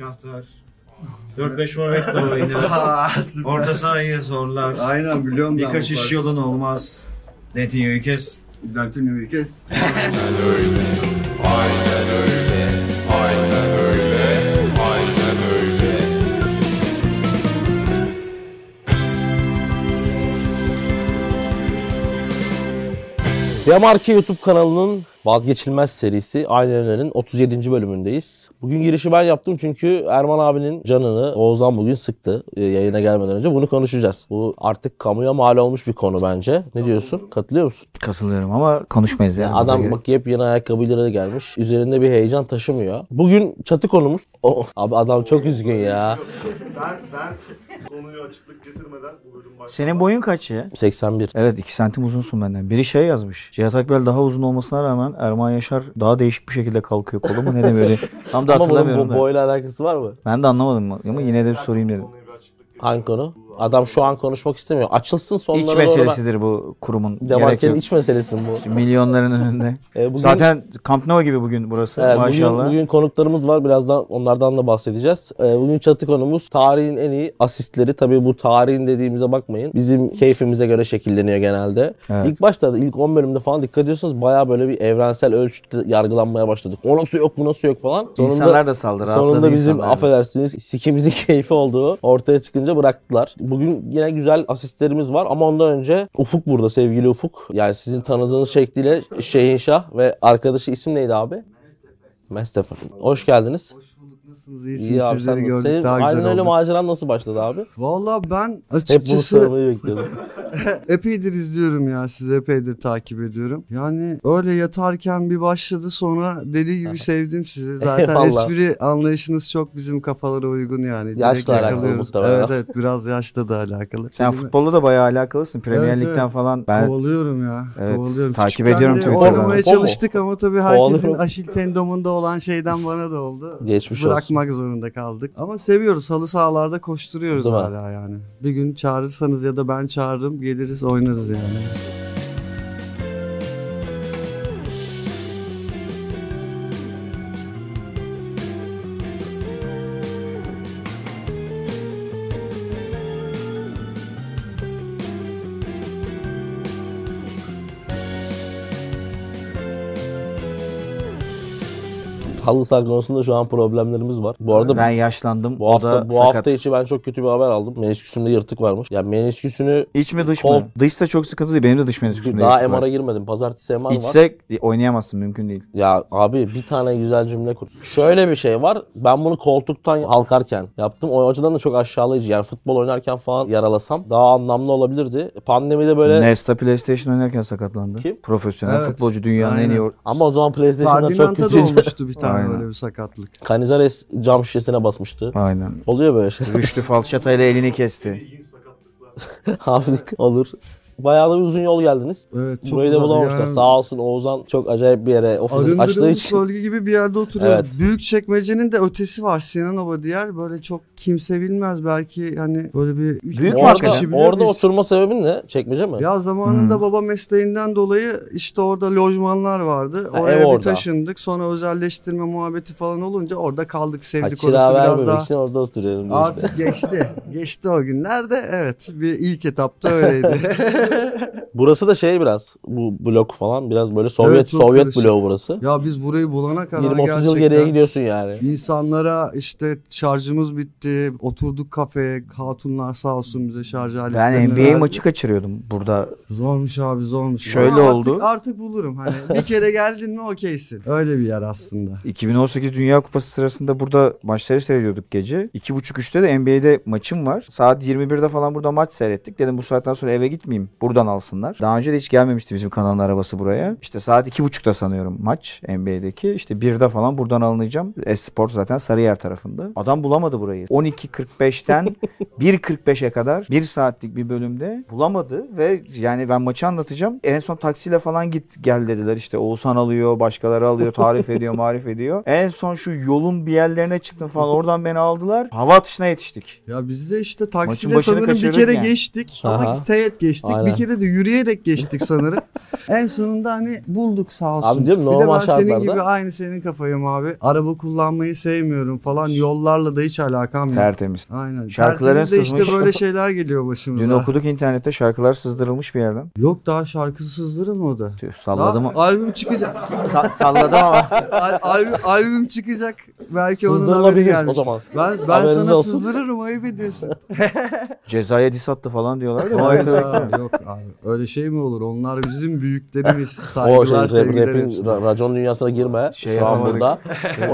Şahtar. 4-5 forvetle oynar. Orta sahaya zorlar. Aynen biliyorum ben. Birkaç bu iş parçayı. yolun olmaz. Netinho'yu kes. Deltin'i bir kes. Aynen öyle, aynen öyle, aynen öyle, aynen öyle. Yamarki YouTube kanalının vazgeçilmez serisi Aynen Öner'in 37. bölümündeyiz. Bugün girişi ben yaptım çünkü Erman abinin canını Oğuzhan bugün sıktı e, yayına gelmeden önce. Bunu konuşacağız. Bu artık kamuya mal olmuş bir konu bence. Ne diyorsun? Katılıyor musun? Katılıyorum ama konuşmayız yani. Adam bak yepyeni ayakkabıyla gelmiş. Üzerinde bir heyecan taşımıyor. Bugün çatı konumuz. O, abi adam çok üzgün ya. Ben ben konuyu açıklık getirmeden bu bölüm başlıyor. Senin boyun kaç ya? 81. Evet 2 santim uzunsun benden. Biri şey yazmış. Cihat Akbel daha uzun olmasına rağmen Erman Yaşar daha değişik bir şekilde kalkıyor kolu mu ne de böyle. Tam da Ama bunun hatırlamıyorum bu ben. boyla alakası var mı? Ben de anlamadım ama yine de bir sorayım dedim. Konuyu bir açıklık getirmeden. Hangi konu? Adam şu an konuşmak istemiyor. Açılsın sonlara İç doğru. ben- meselesidir bu kurumun. Gerek Demarke'nin yok. iç meselesi mi bu? Milyonların önünde. E, bugün- Zaten Camp Nou gibi bugün burası Evet, maşallah. Ee, Bugün, bugün konuklarımız var. Birazdan onlardan da bahsedeceğiz. Ee, bugün çatı konumuz tarihin en iyi asistleri. Tabii bu tarihin dediğimize bakmayın. Bizim keyfimize göre şekilleniyor genelde. Evet. İlk başta da ilk 10 bölümde falan dikkat ediyorsanız bayağı böyle bir evrensel ölçütte yargılanmaya başladık. O nasıl yok bu nasıl yok falan. İnsanlar da saldı, Sonunda rahatladı bizim insanlar da. affedersiniz sikimizin keyfi olduğu ortaya çıkınca bıraktılar. Bugün yine güzel asistlerimiz var ama ondan önce Ufuk burada sevgili Ufuk. Yani sizin tanıdığınız şekliyle Şehinşah ve arkadaşı isim neydi abi? Mustafa. Hoş geldiniz. Hoş bulduk nasılsınız İyi iyisiniz abi, sen sizleri gördük nasılsın? Senin daha aynen güzel öyle oldu. maceran nasıl başladı abi? Valla ben Hep bunu açıkçası sormayı bekliyordum. epeydir izliyorum ya sizi epeydir takip ediyorum. Yani öyle yatarken bir başladı sonra deli gibi sevdim sizi. Zaten Eyvallah. espri anlayışınız çok bizim kafalara uygun yani. Direkt Yaşla alakalı muhtemelen. Evet evet biraz yaşla da alakalı. Sen Kelime- futbolla da bayağı alakalısın. Premier Evet, Lig'den evet. falan. Ben Kovalıyorum ya. Evet, kovalıyorum. takip Küçükken ediyorum de Twitter'dan. Oynamaya Kovo. çalıştık ama tabii herkesin Kovalıyorum. aşil tendonunda olan şeyden bana da oldu. Geçmiş Bırakmak zorunda kaldık. Ama seviyoruz. Halı sahalarda koşturuyoruz Değil mi? hala yani. Bir gün çağırırsanız ya da ben çağırırım geliriz oynarız yani. Halı saha konusunda şu an problemlerimiz var. Bu arada ben yaşlandım. bu hafta da bu sakat. hafta içi ben çok kötü bir haber aldım. Menisküsümde yırtık varmış. Ya menisküsünü İç mi dış Kol- mı? Dışsa çok sıkıntı değil. Benim de dış menüsü daha MR'a girmedim. Pazartesi MR var. İçsek oynayamazsın mümkün değil. Ya abi bir tane güzel cümle kur. Şöyle bir şey var. Ben bunu koltuktan halkarken yaptım. O açıdan da çok aşağılayıcı. Yani futbol oynarken falan yaralasam daha anlamlı olabilirdi. Pandemide böyle Nesta PlayStation oynarken sakatlandı. Kim? Profesyonel Evet. futbolcu dünyanın Aynen. en iyi or- ama o zaman PlayStation'da çok Ferdinand'a da kötü. olmuştu bir tane Aynen. böyle bir sakatlık. Canizares cam şişesine basmıştı. Aynen. Oluyor böyle şey. Rüştü falçatayla elini kesti. İlginç sakatlıklar. abi olur. Bayağı da bir uzun yol geldiniz. Evet, çok Burayı da güzel. bulamamışlar. Yani Sağ olsun Oğuzhan çok acayip bir yere ofisini açtığı Arındırılmış için. bölge gibi bir yerde oturuyor. Evet. Büyük çekmecenin de ötesi var. Sinanova diğer böyle çok kimse bilmez belki hani böyle bir üç- Büyük dört kişi marka. Orada, biliyor orada biz. oturma sebebin ne? Çekmece mi? Ya zamanında Hmm. baba mesleğinden dolayı işte orada lojmanlar vardı. Ha, Oraya ev bir orada. taşındık. Sonra özelleştirme muhabbeti falan olunca orada kaldık Ha, sevdik kira orası biraz vermemek daha. için orada oturuyorum. diyor işte. Artık geçti. geçti o günlerde. Evet. Bir ilk etapta öyleydi. Burası da şey biraz bu blok falan biraz böyle Sovyet Evet, çok Sovyet karışık. bloğu burası. ya biz burayı bulana kadar 20 30 gerçekten yıl geriye gidiyorsun yani. insanlara işte şarjımız bitti. Oturduk kafeye. Hatunlar sağ olsun bize şarj aletlerini Ben NBA verdi. maçı kaçırıyordum burada. Zormuş abi zormuş. Şöyle Ama oldu. Artık, artık bulurum. Hani bir kere geldin mi okeysin. Öyle bir yer aslında. 2018 Dünya Kupası sırasında burada maçları seyrediyorduk gece. 2.30-3'te de NBA'de maçım var. Saat 21'de falan burada maç seyrettik. Dedim bu saatten sonra eve gitmeyeyim. Buradan alsınlar. Daha önce de hiç gelmemişti bizim kanalın arabası buraya. İşte saat 2.30'da sanıyorum maç NBA'deki. İşte 1'de falan buradan alınacağım. Espor zaten Sarıyer tarafında. Adam bulamadı burayı. 12.45'ten 1.45'e kadar 1 saatlik bir bölümde bulamadı ve yani ben maçı anlatacağım. En son taksiyle falan git gel dediler işte Oğuzhan alıyor, başkaları alıyor, tarif ediyor, marif ediyor. En son şu yolun bir yerlerine çıktım falan oradan beni aldılar. Hava atışına yetiştik. Ya biz de işte Maçın taksiyle başını sanırım bir kaçırdık kere yani. geçtik Aha. ama teğet geçtik. Aynen. Bir kere de yürüyerek geçtik sanırım. En sonunda hani bulduk sağ olsun. Abi diyorum, bir de ben normal senin şartlarda- gibi aynı senin kafayım abi. Araba kullanmayı sevmiyorum falan. Yollarla da hiç alakam yok. Tertemiz. Aynen. Şarkıların Şarkıların sızmış. işte böyle şeyler geliyor başımıza. Dün okuduk internette şarkılar sızdırılmış bir yerden. Yok daha şarkısızları mı o da? Tüh, Daha salladım. albüm çıkacak. Sa- salladım ama. Al- albüm, albüm çıkacak. Belki onun haberi Sızdırılabilir o gelmiş. zaman. Ben, ben Haberiniz sana olsun. sızdırırım ayıp ediyorsun. Cezaya dis attı falan diyorlar da. Hayda. Yok abi öyle şey mi olur? Onlar bizim büyüklerimiz. O şey, Saygılar rap, sevgiler rapin, hepsine. ra- racon dünyasına girme. Şey Şu an yapamadık. burada.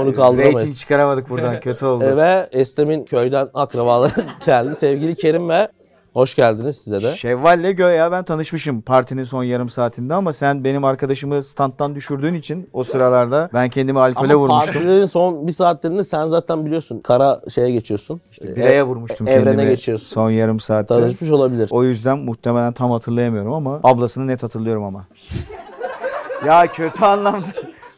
Onu Rating kaldıramayız. çıkaramadık buradan. Kötü oldu. E, Ve Estem'in köyden akrabaları geldi. Sevgili Kerim ve hoş geldiniz size de. Şevval'le Göya ben tanışmışım partinin son yarım saatinde ama sen benim arkadaşımı standtan düşürdüğün için o sıralarda ben kendimi alkole Ama vurmuştum. partilerin son bir saatlerinde sen zaten biliyorsun kara şeye geçiyorsun. E, Bireye vurmuştum evrene kendimi. geçiyorsun. Son yarım saatte. Tanışmış olabilir. O yüzden muhtemelen tam hatırlayamıyorum ama ablasını net hatırlıyorum ama. ya kötü anlamda.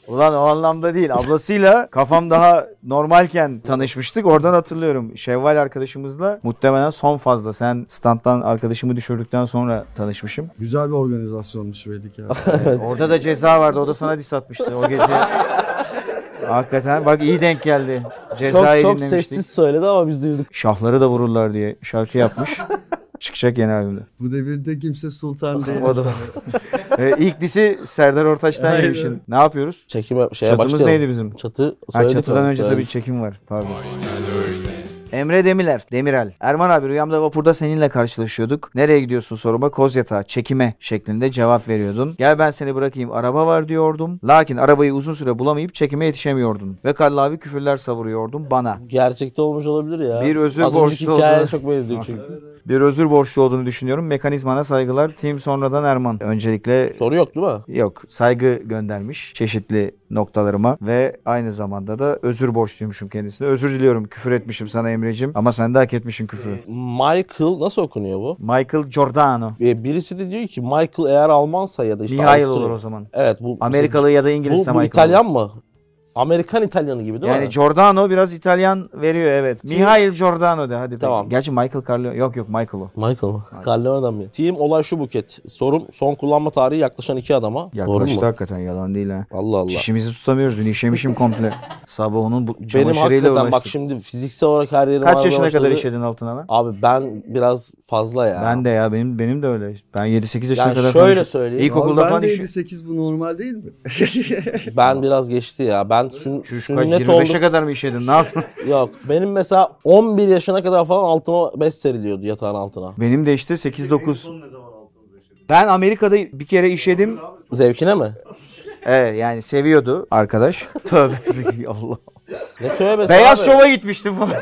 Ulan o anlamda değil. Ablasıyla kafam daha normalken tanışmıştık. Oradan hatırlıyorum. Şevval arkadaşımızla muhtemelen son fazla. Sen standtan arkadaşımı düşürdükten sonra tanışmışım. Güzel bir organizasyonmuş belli ki. abi. Orada da ceza vardı. O da sana dis atmıştı o gece. Hakikaten bak iyi denk geldi. Çok Cezayı çok dinlemiştik. sessiz söyledi ama biz duyduk. Şahları da vururlar diye şarkı yapmış. Çıkacak yeni albümde. Bu devirde kimse sultan değil. O da. Ee, ilk disi Serdar Ortaç'tan Aynen. yemişim. Ne yapıyoruz? Çekime şeye Çatımız başlayalım. neydi bizim? Çatı Ha, söyledik çatıdan onu, önce söyledik. tabii çekim var. Pardon. Emre Demiler, Demirel. Erman abi rüyamda vapurda seninle karşılaşıyorduk. Nereye gidiyorsun soruma Kozyatağa çekime şeklinde cevap veriyordun. Gel ben seni bırakayım araba var diyordum. Lakin arabayı uzun süre bulamayıp çekime yetişemiyordun. Ve Kalla abi küfürler savuruyordun bana. Gerçekte olmuş olabilir ya. Bir özür Az önceki borçlu hikayeye olduğunu- çok benziyor çünkü. Bir özür borçlu olduğunu düşünüyorum. Mekanizmana saygılar. Team sonradan Erman. Öncelikle Soru yok değil mi? Yok saygı göndermiş çeşitli noktalarıma ve aynı zamanda da özür borçluymuşum kendisine. Özür diliyorum küfür etmişim sana Emre'cim ama sen de hak etmişsin küfürü. Michael nasıl okunuyor bu? Michael Giordano. E, Birisi de diyor ki Michael eğer Almansa ya da işte Mihail Avusturya- olur o zaman. Evet bu Amerikalı ya da bu, bu İngilizse Michael. İtalyan mı? Amerikan İtalyanı gibi olur. değil Yani mi? Giordano biraz İtalyan veriyor evet. Mihail Giordano de hadi. Tamam. Peki. Gerçi Michael Carlo yok yok Michael o. Michael mı? Carleona'dan mı? Team olay şu buket. Sorum son kullanma tarihi yaklaşan iki adama. Doğru Yaklaştı mu? hakikaten yalan değil ha. Allah Allah. Çişimizi tutamıyoruz. Dün işemişim komple. Sabah onun bu Benim çamaşırıyla hakikaten bak uğraştık. şimdi fiziksel olarak her yerim Kaç ağrımaya yaşına kadar başladı. işedin altına lan? Abi ben biraz fazla ya. Ben de ya benim benim de öyle. Ben 7-8 yaşına Yani kadar şöyle konuşuyorum. söyleyeyim. İlkokulda Abi falan ben de iş. 7-8 bu normal değil mi? Ben biraz geçti ya. Ben sün, Çocuk kaç, sünnet 25'e oldum. kadar mı işedin? Ne yaptın? Yok benim mesela 11 yaşına kadar falan altıma bez seriliyordu yatağın altına. benim de işte 8-9. Son ne zaman altınızı yaşadın? Ben Amerika'da bir kere işedim. Zevkine mi? Evet yani seviyordu arkadaş. Tövbe Allah. Ne tövbesi Beyaz abi? şova gitmiştim falan.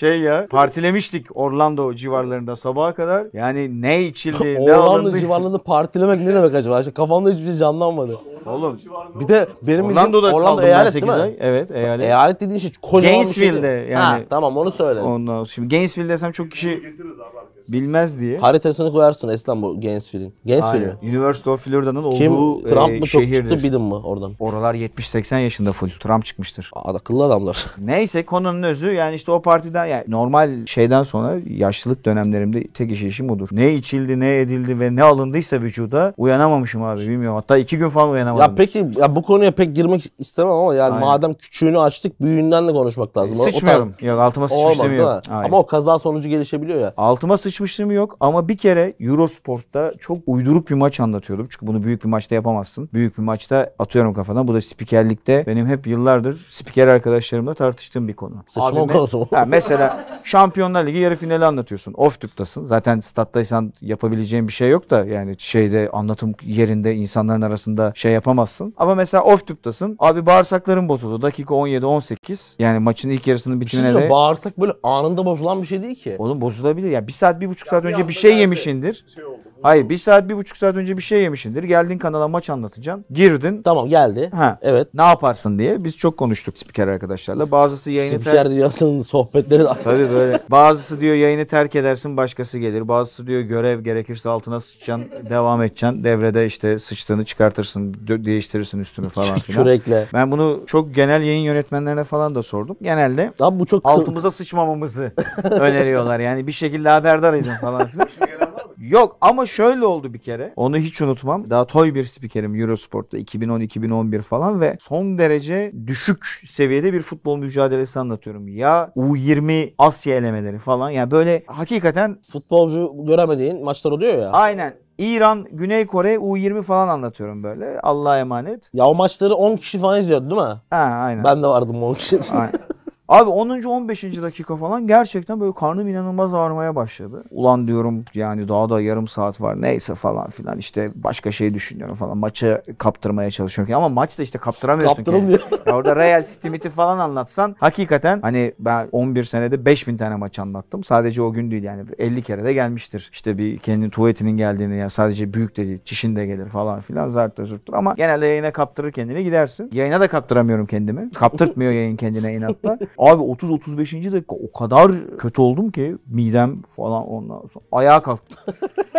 şey ya partilemiştik Orlando civarlarında sabaha kadar. Yani ne içildi ne Orlando alındı. civarlarını partilemek ne demek acaba? İşte kafamda hiçbir şey canlanmadı. Oğlum Bir de benim bildiğim- Orlando'da Orlando kaldım eyalet ben değil 8 mi? ay. Evet eyalet. Eyalet dediğin şey kocaman bir şey. Gainesville'de değil. yani. Ha, tamam onu söyle. Ondan şimdi Gainesville desem çok kişi Getiririz abi arkadaşlar. bilmez diye. Haritasını koyarsın Eslem bu Gainesville'in. Gainesville Aynen. mi? University of Florida'nın olduğu Kim? e, Trump mı çok şehirdir. çıktı Biden mi oradan? Oralar 70-80 yaşında full Trump çıkmıştır. Aa, akıllı adamlar. Neyse konunun özü yani işte o partiden yani normal şeyden sonra yaşlılık dönemlerimde tek iş işim budur. Ne içildi ne edildi ve ne alındıysa vücuda uyanamamışım abi bilmiyorum. Hatta iki gün falan uyanamadım. ya peki ya bu konuya pek girmek istemem ama yani Aynen. madem küçüğünü açtık büyüğünden de konuşmak lazım. O- o tar- Sıçmıyorum. Yok altıma O olmaz sıçmıştım değil mi? yok. şey Hayır. Ama o kaza sonucu gelişebiliyor ya. Altıma sıçmışlığım yok ama bir kere Eurosport'ta çok uyduruk bir maç anlatıyordum. Çünkü bunu büyük bir maçta yapamazsın. Büyük bir maçta atıyorum kafadan. Bu da spikerlikte benim hep yıllardır spiker arkadaşlarımla tartıştığım bir konu. Sıçma Abime- konusu mu? Ha, mesela Şampiyonlar Ligi yarı finali anlatıyorsun. Off tüptasın. Zaten stat'taysan yapabileceğin bir şey yok da yani şeyde anlatım yerinde insanların arasında şey yapamazsın. Ama mesela off tüptasın. Abi bağırsakların bozuldu. Dakika 17-18. Yani maçın ilk yarısının Bir şey bitimine de söyleyeyim, bağırsak böyle anında bozulan bir şey değil ki. Oğlum bozulabilir ya. Bir saat bir buçuk saat bir önce anda bir şey geldi. yemişindir. Şey oldu. Hayır bir saat bir buçuk saat önce bir şey yemişindir. Geldin kanala maç anlatacaksın. Girdin. Tamam geldi. Ha. Evet. Ne yaparsın diye biz çok konuştuk spiker arkadaşlarla. Bazısı yayını terk Spiker dünyasının sohbetleri de Tabii böyle. Bazısı diyor yayını terk edersin başkası gelir. Bazısı diyor görev gerekirse altına sıçacaksın devam edeceksin. Devrede işte sıçtığını çıkartırsın dö- değiştirirsin üstünü falan filan. kürekle. Ben bunu çok genel yayın yönetmenlerine falan da sordum. Genelde Abi bu çok kıl- altımıza sıçmamamızı öneriyorlar. Yani bir şekilde haberdar edin falan filan. Gelen var mı? Yok ama şöyle oldu bir kere. Onu hiç unutmam. Daha toy bir spikerim Eurosport'ta 2010-2011 falan ve son derece düşük seviyede bir futbol mücadelesi anlatıyorum. Ya U20 Asya elemeleri falan. Yani böyle hakikaten Futbolcu göremediğin maçlar oluyor ya. aynen İran, Güney Kore, U20 falan anlatıyorum böyle. Allah'a emanet. Ya o maçları 10 kişi falan izliyordu değil mi? Ha aynen. Ben de vardım 10 kişi. Aynen. Abi 10. 15. dakika falan gerçekten böyle karnım inanılmaz ağrımaya başladı. Ulan diyorum yani daha da yarım saat var neyse falan filan işte başka şey düşünüyorum falan. Maçı kaptırmaya çalışıyorum ki ama maçta işte kaptıramıyorsun Kaptırılmıyor. ki. Ya orada Real Stimiti falan anlatsan hakikaten hani ben 11 senede 5000 tane maç anlattım. Sadece o gün değil yani 50 kere de gelmiştir. İşte bir kendi tuvaletinin geldiğini yani sadece büyük de değil çişin de gelir falan filan zarttır zurttur ama genelde yayına kaptırır kendini gidersin. Yayına da kaptıramıyorum kendimi. Kaptırtmıyor yayın kendine inatla. Abi 30-35. dakika o kadar kötü oldum ki midem falan ondan sonra ayağa kalktım.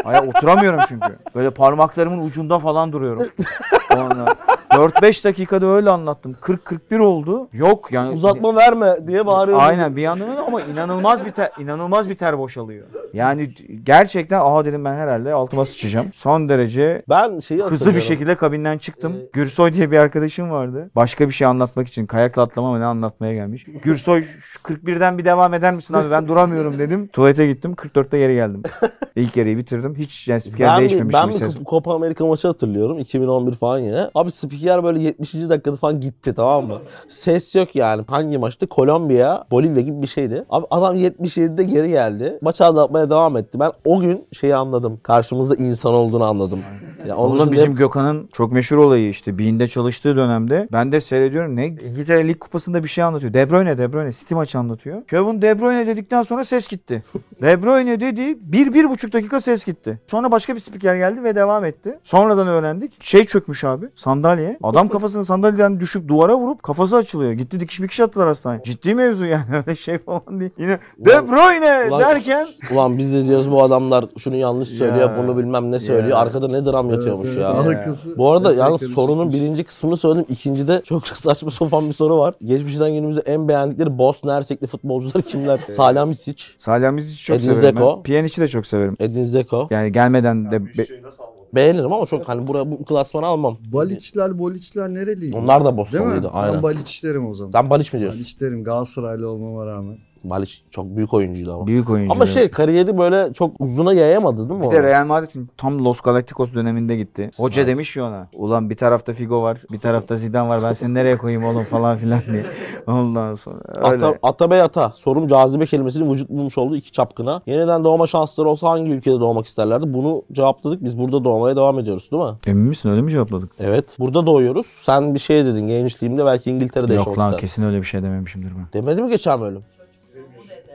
Ayağa oturamıyorum çünkü. Böyle parmaklarımın ucunda falan duruyorum. Ondan 4-5 dakikada öyle anlattım. 40-41 oldu. Yok yani. Uzatma verme diye bağırıyordu. Aynen bir yandan öyle ama inanılmaz bir ter, inanılmaz bir ter boşalıyor. Yani gerçekten aha dedim ben herhalde altıma sıçacağım. Son derece Ben şeyi hızlı bir şey hatırlıyorum. Ee, şekilde kabinden çıktım. Gürsoy diye bir arkadaşım vardı. Başka bir şey anlatmak için kayakla atlama mı ne anlatmaya gelmiş. Gürsoy şu 41'den bir devam eder misin abi ben duramıyorum dedim. Tuvalete gittim 44'te geri geldim. İlk yarıyı bitirdim. Hiç yani spiker Ben, bir, değişmemiştim ben bir bir ses. Kup- Copa Amerika maçı hatırlıyorum. 2011 falan yine. Abi spiker böyle 70. dakikada falan gitti tamam mı? Ses yok yani. Hangi maçtı? Kolombiya, Bolivya gibi bir şeydi. Abi adam 77'de geri geldi. Maçı anlatmaya devam etti. Ben o gün şeyi anladım. Karşımızda insan olduğunu anladım. Ya onun Oğlum dışında bizim hep- Gökhan'ın çok meşhur olayı işte. Binde çalıştığı dönemde ben de seyrediyorum ne İngiltere Lig Kupası'nda bir şey anlatıyor. De Bruyne, De Bruyne City maçı anlatıyor. Kevin De Bruyne dedikten sonra ses gitti. De Bruyne dedi bir, bir buçuk dakika ses gitti. Sonra başka bir spiker geldi ve devam etti. Sonradan öğrendik. Şey çökmüş abi sandalye. Adam kafasını sandalyeden düşüp duvara vurup kafası açılıyor. Gitti dikiş mikiş attılar hastaneye. Ciddi mevzu yani öyle şey falan değil. Yine De Bruyne Ulan- derken Ulan biz de diyoruz bu adamlar şunu yanlış söylüyor, Ya. bunu bilmem ne söylüyor. Ya. Arkada ne dram yatıyormuş Evet, ya. evet, arkası- Bu arada yalnız şey Efektleri sorunun çıkmış. birinci kısmını söyledim. İkincide çok saçma sopan bir soru var. Geçmişten günümüze en beğendikleri Bosna Hersekli futbolcular kimler? Salamić, Salihamiz çok Edin severim. Dzeko. Ben. Piyanic'i de çok severim. Edin Dzeko. Yani gelmeden de be- Bir şey nasıl almadın? Beğenirim ama çok hani buraya bu klasmanı almam. Baliçler, Boliçler nereliydi? Onlar da Değil mi? Bosnalıydı Ben aynen. Baliç derim o zaman. Sen Baliç mi diyorsun? Baliç derim Galatasaraylı olmama rağmen. Baliç çok büyük oyuncuydu ama. büyük oyuncu. Ama şey kariyeri böyle çok uzuna yayamadı değil mi? Bir de orada? Real Madrid'in tam Los Galacticos döneminde gitti. Hoca demiş ya ona. Ulan bir tarafta Figo var, bir tarafta Zidane var. Ben seni nereye koyayım oğlum falan filan diye. Ondan sonra öyle. Ata, Atabey Ata. Sorum cazibe kelimesinin vücut bulmuş olduğu iki çapkına. Yeniden doğma şansları olsa hangi ülkede doğmak isterlerdi? Bunu cevapladık. Biz burada doğmaya devam ediyoruz değil mi? Emin misin öyle mi cevapladık? Evet. Burada doğuyoruz. Sen bir şey dedin gençliğimde belki İngiltere'de yaşamak Yok lan isterdim. kesin öyle bir şey dememişimdir ben. Demedi mi geçen bölüm?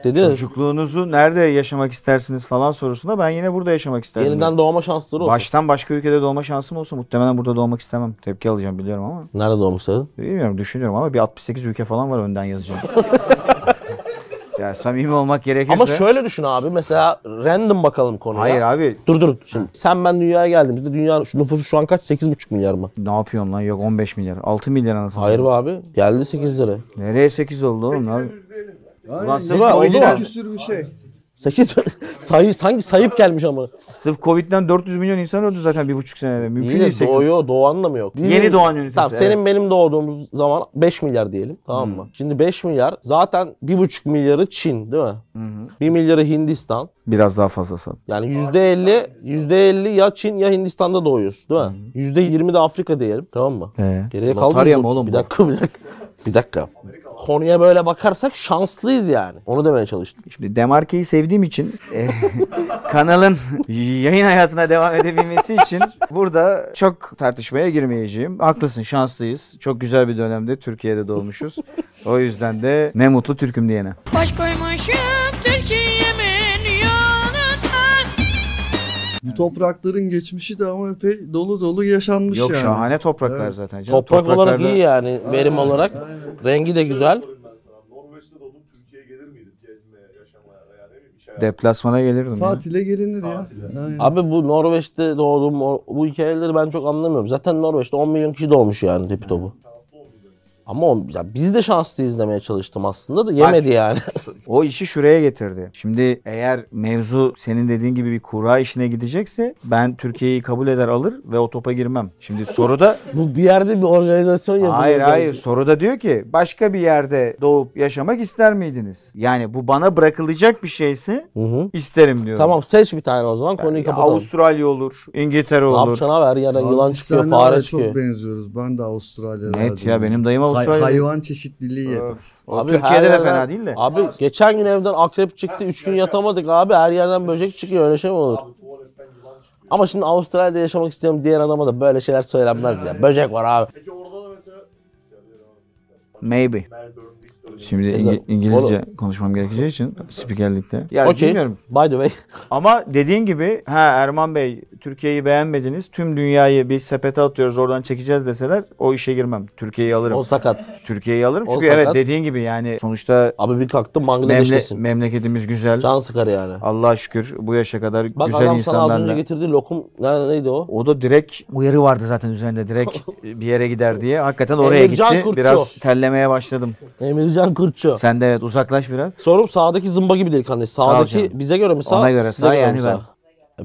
Dedi. ya, Çocukluğunuzu nerede yaşamak istersiniz falan sorusunda ben yine burada yaşamak isterdim. Yeniden doğma şansları olsa. Baştan başka ülkede doğma şansım olsa muhtemelen burada doğmak istemem. Tepki alacağım biliyorum ama. Nerede doğmak isterdin? Bilmiyorum düşünüyorum ama bir 68 ülke falan var önden yazacağım. ya samimi olmak gerekirse. Ama şöyle düşün abi. Mesela random bakalım konuya. Hayır abi Dur dur. Şimdi sen ben dünyaya geldiğimizde dünya şu nüfusu şu an kaç? 8,5 milyar mı? Ne yapıyorsun lan? Yok 15 milyar. 6 milyar anasını Hayır satayım. be abi. Geldi 8 lira. Nereye 8 oldu oğlum lan? Yani Ulan Sıra oldu Covid'den- mu? küsür bir şey. 8 sayı hangi sayıp gelmiş ama. Sırf Covid'den 400 milyon insan öldü zaten bir buçuk senede. Mümkün değil Yine 8. doğuyor, doğan da mı yok? Bizim- Yeni doğan ünitesi, Tamam, evet. Hmm. senin benim doğduğumuz zaman 5 milyar diyelim. Tamam mı? Şimdi 5 milyar zaten 1,5 milyarı Çin değil mi? 1 milyarı Hindistan. Biraz daha fazla sat. Yani %50, %50 ya Çin ya Hindistan'da doğuyorsun değil mi? %20 de Afrika diyelim tamam mı? Ee, Geriye lotarya kaldı. mı oğlum Bir bu? dakika, bir dakika. Bir dakika. Konuya böyle bakarsak şanslıyız yani. Onu demeye çalıştım. Şimdi Demarke'yi sevdiğim için eh, kanalın yayın hayatına devam edebilmesi için burada çok tartışmaya girmeyeceğim. Haklısın şanslıyız. Çok güzel bir dönemde Türkiye'de doğmuşuz. O yüzden de ne mutlu Türk'üm diyene. Baş koymuşum Türkiye'min yoluna Bu toprakların geçmişi de ama epey dolu dolu yaşanmış Yok yani. şahane topraklar Evet. zaten. Canım. Toprak olarak Topraklarda- iyi yani verim olarak. Rengi de güzel. Sorayım ben sana. Norveç'te doğdun Türkiye'ye gelir miydin? Gezmeye, yaşamaya veya ne bileyim işe Deplasmana gelirdim. ya. Tatile gelinir ya. Aynen. Abi bu Norveç'te doğduğum o- bu hikayeleri ben çok anlamıyorum. Zaten Norveç'te 10 milyon kişi doğmuş yani tepi topu. Şanslı olmayacaksın. Ama o, ya biz de şanslı izlemeye çalıştım aslında da yemedi yani. O işi şuraya getirdi. Şimdi eğer mevzu senin dediğin gibi bir kura işine gidecekse ben Türkiye'yi kabul eder alır ve o topa girmem. Şimdi soruda Bu bir yerde bir organizasyon yapılıyor. hayır zaten. hayır soruda diyor ki başka bir yerde doğup yaşamak ister miydiniz? Yani bu bana bırakılacak bir şeyse Hı hı. isterim diyor. Tamam seç bir tane o zaman konuyu kapatalım. Avustralya olur, İngiltere ne olur. yapacaksın abi her yerden Abi yılan biz çıkıyor, seninle arada fare Çok çıkıyor. benziyoruz. Ben de Avustralya'da. Net ya benim dayım Hay- Avustralya. hayvan çeşitliliği yedim. O Abi her Türkiye'de de yerden- fena değil de. Abi geçen gün evden akrep çıktı. Üç gün yatamadık abi. Her yerden böcek çıkıyor. Öyle şey mi olur? Tuvaletten yılan çıkıyor. Ama şimdi Avustralya'da yaşamak istiyorum diyen adama da böyle şeyler söylenmez ya. Böcek var abi. Peki orada da mesela spikerleri var. Maybe. Melbourne'de Şimdi Mesela- İngi- İngilizce konuşmam gerekeceği için spikerlikte. Ya Okey. bilmiyorum. By the way. Ama dediğin gibi ha Erman Bey Türkiye'yi beğenmediniz. Tüm dünyayı bir sepete atıyoruz oradan çekeceğiz deseler o işe girmem. Türkiye'yi alırım. O sakat. Türkiye'yi alırım. o Çünkü sakat. evet dediğin gibi yani sonuçta Abi bir kalktım memle- Bangladeş'tesin. memleketimiz güzel. Can sıkar yani. Allah'a şükür bu yaşa kadar Bak güzel adam sana az insanlarla. önce getirdiği lokum yani neydi o? O da direkt uyarı vardı zaten üzerinde direkt bir yere gider diye. Hakikaten oraya Emircan gitti. Kurtçu. Biraz tellemeye başladım. Emircan Kurtçu. Sen de evet uzaklaş biraz. Sorum sağdaki zımba gibi delikanlı. canım. Sağdaki bize göre mi sağ? Ona göre size sağ mi yani sağ?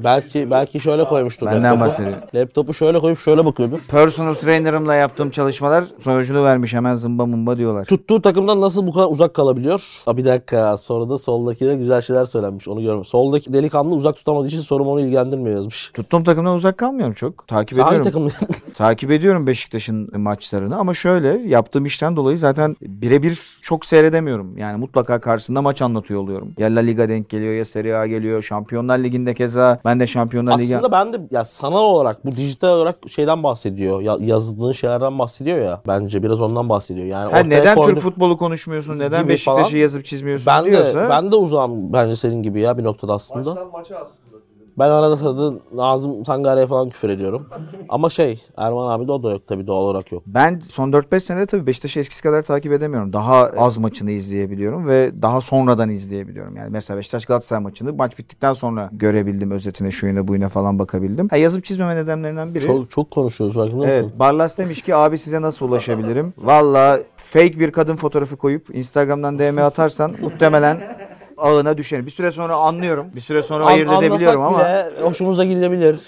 Belki belki şöyle koymuştur. Benden laptopu. bahsediyor. Laptopu şöyle koyup şöyle bakıyordur. Personal trainer'ımla yaptığım çalışmalar sonucunu vermiş hemen zımba mımba diyorlar. Tuttuğu takımdan nasıl bu kadar uzak kalabiliyor? Ha bir dakika sonra da soldakine güzel şeyler söylenmiş onu görmüyorum. Soldaki delikanlı uzak tutamadığı için sorum onu ilgilendirmiyor yazmış. Tuttuğum takımdan uzak kalmıyorum çok. Takip Hangi ediyorum. takım? Takip ediyorum Beşiktaş'ın maçlarını ama şöyle yaptığım işten dolayı zaten birebir çok seyredemiyorum. Yani mutlaka karşısında maç anlatıyor oluyorum. Ya La Liga denk geliyor ya Serie A geliyor. Şampiyonlar Ligi'nde keza ben de Şampiyonlar Ligi... Aslında ben de ya sanal olarak bu dijital olarak şeyden bahsediyor. Ya, yazdığın şeylerden bahsediyor ya. Bence biraz ondan bahsediyor. Yani Ha, ortaya neden koydu- Türk futbolu konuşmuyorsun? Neden gibi Beşiktaş'ı falan. yazıp çizmiyorsun ben diyorsa... de, ben de uzağım bence senin gibi ya bir noktada aslında. Maçtan maça aslında sizin. Ben arada sırada Nazım Sangare'ye falan küfür ediyorum. Ama şey Erman abi de o da yok tabii doğal olarak yok. Ben son 4-5 senede tabii Beşiktaş'ı eskisi kadar takip edemiyorum. Daha az maçını izleyebiliyorum ve daha sonradan izleyebiliyorum. Yani mesela Beşiktaş Galatasaray maçını maç bittikten sonra görebildim özetine, şuyuna, buyuna falan bakabildim. Ha, yazıp çizmeme nedenlerinden biri. Çok, çok konuşuyoruz farkında Evet, mısın? Barlas demiş ki abi size nasıl ulaşabilirim? Valla fake bir kadın fotoğrafı koyup Instagram'dan DM atarsan muhtemelen ağına düşerim. Bir süre sonra anlıyorum. Bir süre sonra An- ayırt edebiliyorum ama. anlasak bile hoşumuza gidebilir.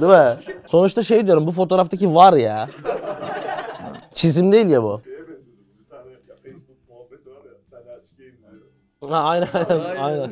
Değil mi? Sonuçta şey diyorum bu fotoğraftaki var ya. Çizim değil ya bu. Şeye benziyor. Bir tane ya Facebook muhabbeti var ya. Sen her şeyi izliyorum. Ha, aynen aynen. aynen.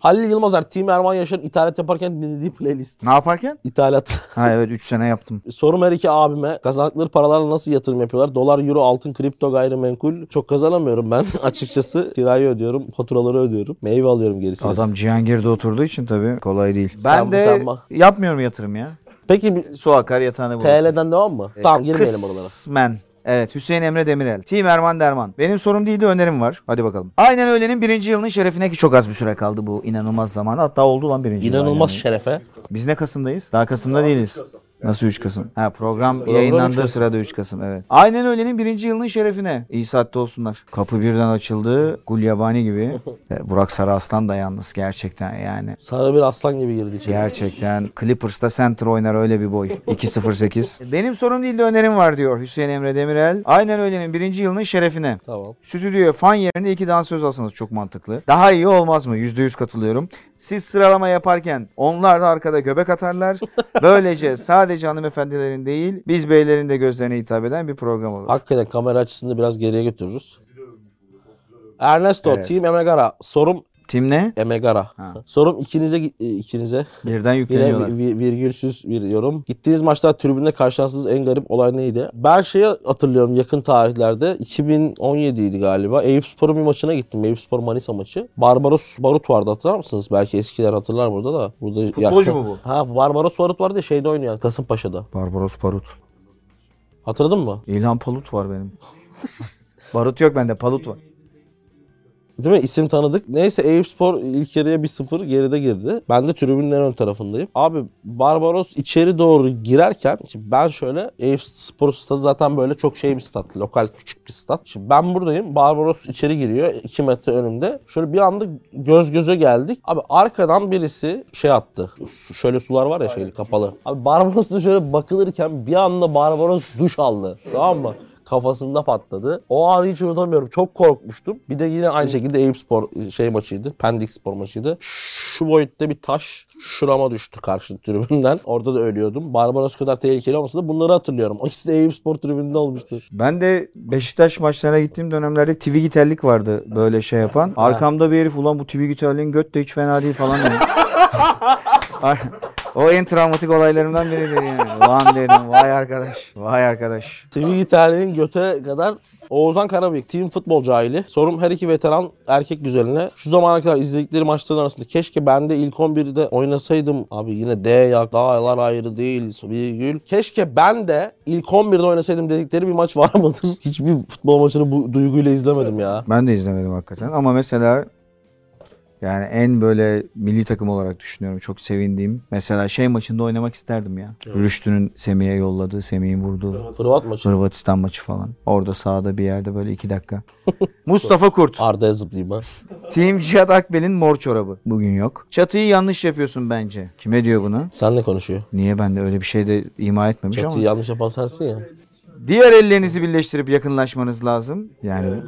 Halil Yılmazer, Team Erman Yaşar ithalat yaparken dinlediği playlist. Ne yaparken? İthalat. Ha evet 3 sene yaptım. Sorum her iki abime kazandıkları paralarla nasıl yatırım yapıyorlar? Dolar, euro, altın, kripto, gayrimenkul. Çok kazanamıyorum ben açıkçası. Kirayı ödüyorum, faturaları ödüyorum. Meyve alıyorum gerisini. Adam Cihangir'de oturduğu için tabii kolay değil. Ben Sen bu, de sen bu. yapmıyorum yatırım ya. Peki bir- Su akar yatağını bulur. TL'den devam mı? tamam girmeyelim oralara. Kısmen. Evet Hüseyin Emre Demirel. Team Erman Derman. Benim sorum değil de önerim var. Hadi bakalım. Aynen öğlenin birinci yılının şerefine ki çok az bir süre kaldı bu inanılmaz zamana. Hatta oldu lan birinci yıl İnanılmaz aynen. şerefe. Biz ne Kasım'dayız? Daha Kasım'da değiliz. Nasıl 3 Kasım? Ha program Program üç yayınlandığı Kasım. sırada 3 Kasım evet. Aynen öğlenin birinci yılının şerefine. İyi saatte olsunlar. Kapı birden açıldı. Gulyabani gibi. E, Burak Sarıaslan da yalnız gerçekten yani. Sana bir aslan gibi girdi içeri. Gerçekten Clippers'ta center oynar öyle bir boy. 2.08. Benim sorum değil de önerim var diyor Hüseyin Emre Demirel. Aynen öğlenin birinci yılının şerefine. Tamam. Stüdyoya fan yerine iki dansöz alsanız çok mantıklı. Daha iyi olmaz mı? %100 katılıyorum. Siz sıralama yaparken onlar da arkada göbek atarlar. Böylece sadece hanımefendilerin değil biz beylerin de gözlerine hitap eden bir program olur. Hakikaten kamera açısını biraz geriye götürürüz. Ernesto, Evet. Team Emegara. Sorum Tim ne? Emegara. Sorum ikinize gi- e, ikinize. Birden Yine yükleniyorlar. vi- vi- virgülsüz bir yorum. Gittiğiniz maçlar tribünde karşılaştığınız en garip olay neydi? Ben şeyi hatırlıyorum yakın tarihlerde 2017'ydi galiba. Eyüpspor'un bir maçına gittim. Eyüpspor Manisa maçı. Barbaros Barut vardı hatırlar mısınız? Belki eskiler hatırlar burada da. Burada Futbolcu mu bu? Ha Barbaros Barut vardı ya şeyde oynayan Kasımpaşa'da. Barbaros Barut. Hatırladın mı? İlhan Palut var benim. Barut yok bende Palut var. Değil mi? İsim tanıdık. Neyse Eyüpspor ilk yarıya 1-0 geride girdi. Ben de tribünlerin ön tarafındayım. Abi Barbaros içeri doğru girerken şimdi ben şöyle Eyüpspor stadı zaten böyle çok şey bir stat. Lokal küçük bir stat. Şimdi ben buradayım. Barbaros içeri giriyor. 2 metre önümde. Şöyle bir anda göz göze geldik. Abi arkadan birisi şey attı. Su- Şöyle sular var ya şey şeyli kapalı. Abi Barbaros'ta şöyle bakılırken bir anda Barbaros duş aldı. Tamam mı? kafasında patladı. O anı hiç unutamıyorum. Çok korkmuştum. Bir de yine aynı şekilde Eyüp Spor şey maçıydı. Pendik Spor maçıydı. Şu boyutta bir taş şurama düştü karşı tribünden. Orada da ölüyordum. Barbaros kadar tehlikeli olmasa da bunları hatırlıyorum. O ikisi de Eyüp Spor tribününde olmuştu. Ben de Beşiktaş maçlarına gittiğim dönemlerde TV giterlik vardı böyle şey yapan. Arkamda bir herif ulan bu TV giterliğin göt de hiç fena değil falan dedi. Ay, o en travmatik olaylarımdan biridir yani. Ulan dedim vay arkadaş. Vay arkadaş. TV Gitar'ın göte kadar Oğuzhan Karabıyık, team futbol cahili. Sorum her iki veteran erkek güzeline. Şu zamana kadar izledikleri maçların arasında keşke ben de ilk 11'de oynasaydım. Abi yine D ya dağlar ayrı değil virgül. Keşke ben de ilk 11'de oynasaydım dedikleri bir maç var mıdır? Hiçbir futbol maçını bu duyguyla izlemedim ya. Ben de izlemedim hakikaten ama mesela yani en böyle milli takım olarak düşünüyorum çok sevindiğim. Mesela şey maçında oynamak isterdim ya. Rüştü'nün Semih'e yolladığı, Semih'in vurduğu Hırvat maçı. Hırvatistan maçı falan. Orada sahada bir yerde böyle iki dakika. Mustafa Kurt. Arda'ya zıplayayım ben. Team Cihat Akbel'in mor çorabı. Bugün yok. Çatıyı yanlış yapıyorsun bence. Kime diyor bunu? Senle konuşuyor. Niye ben de öyle bir şey de ima etmemiş Çatıyı ama. yanlış yapan sensin ya. Diğer ellerinizi birleştirip yakınlaşmanız lazım. Yani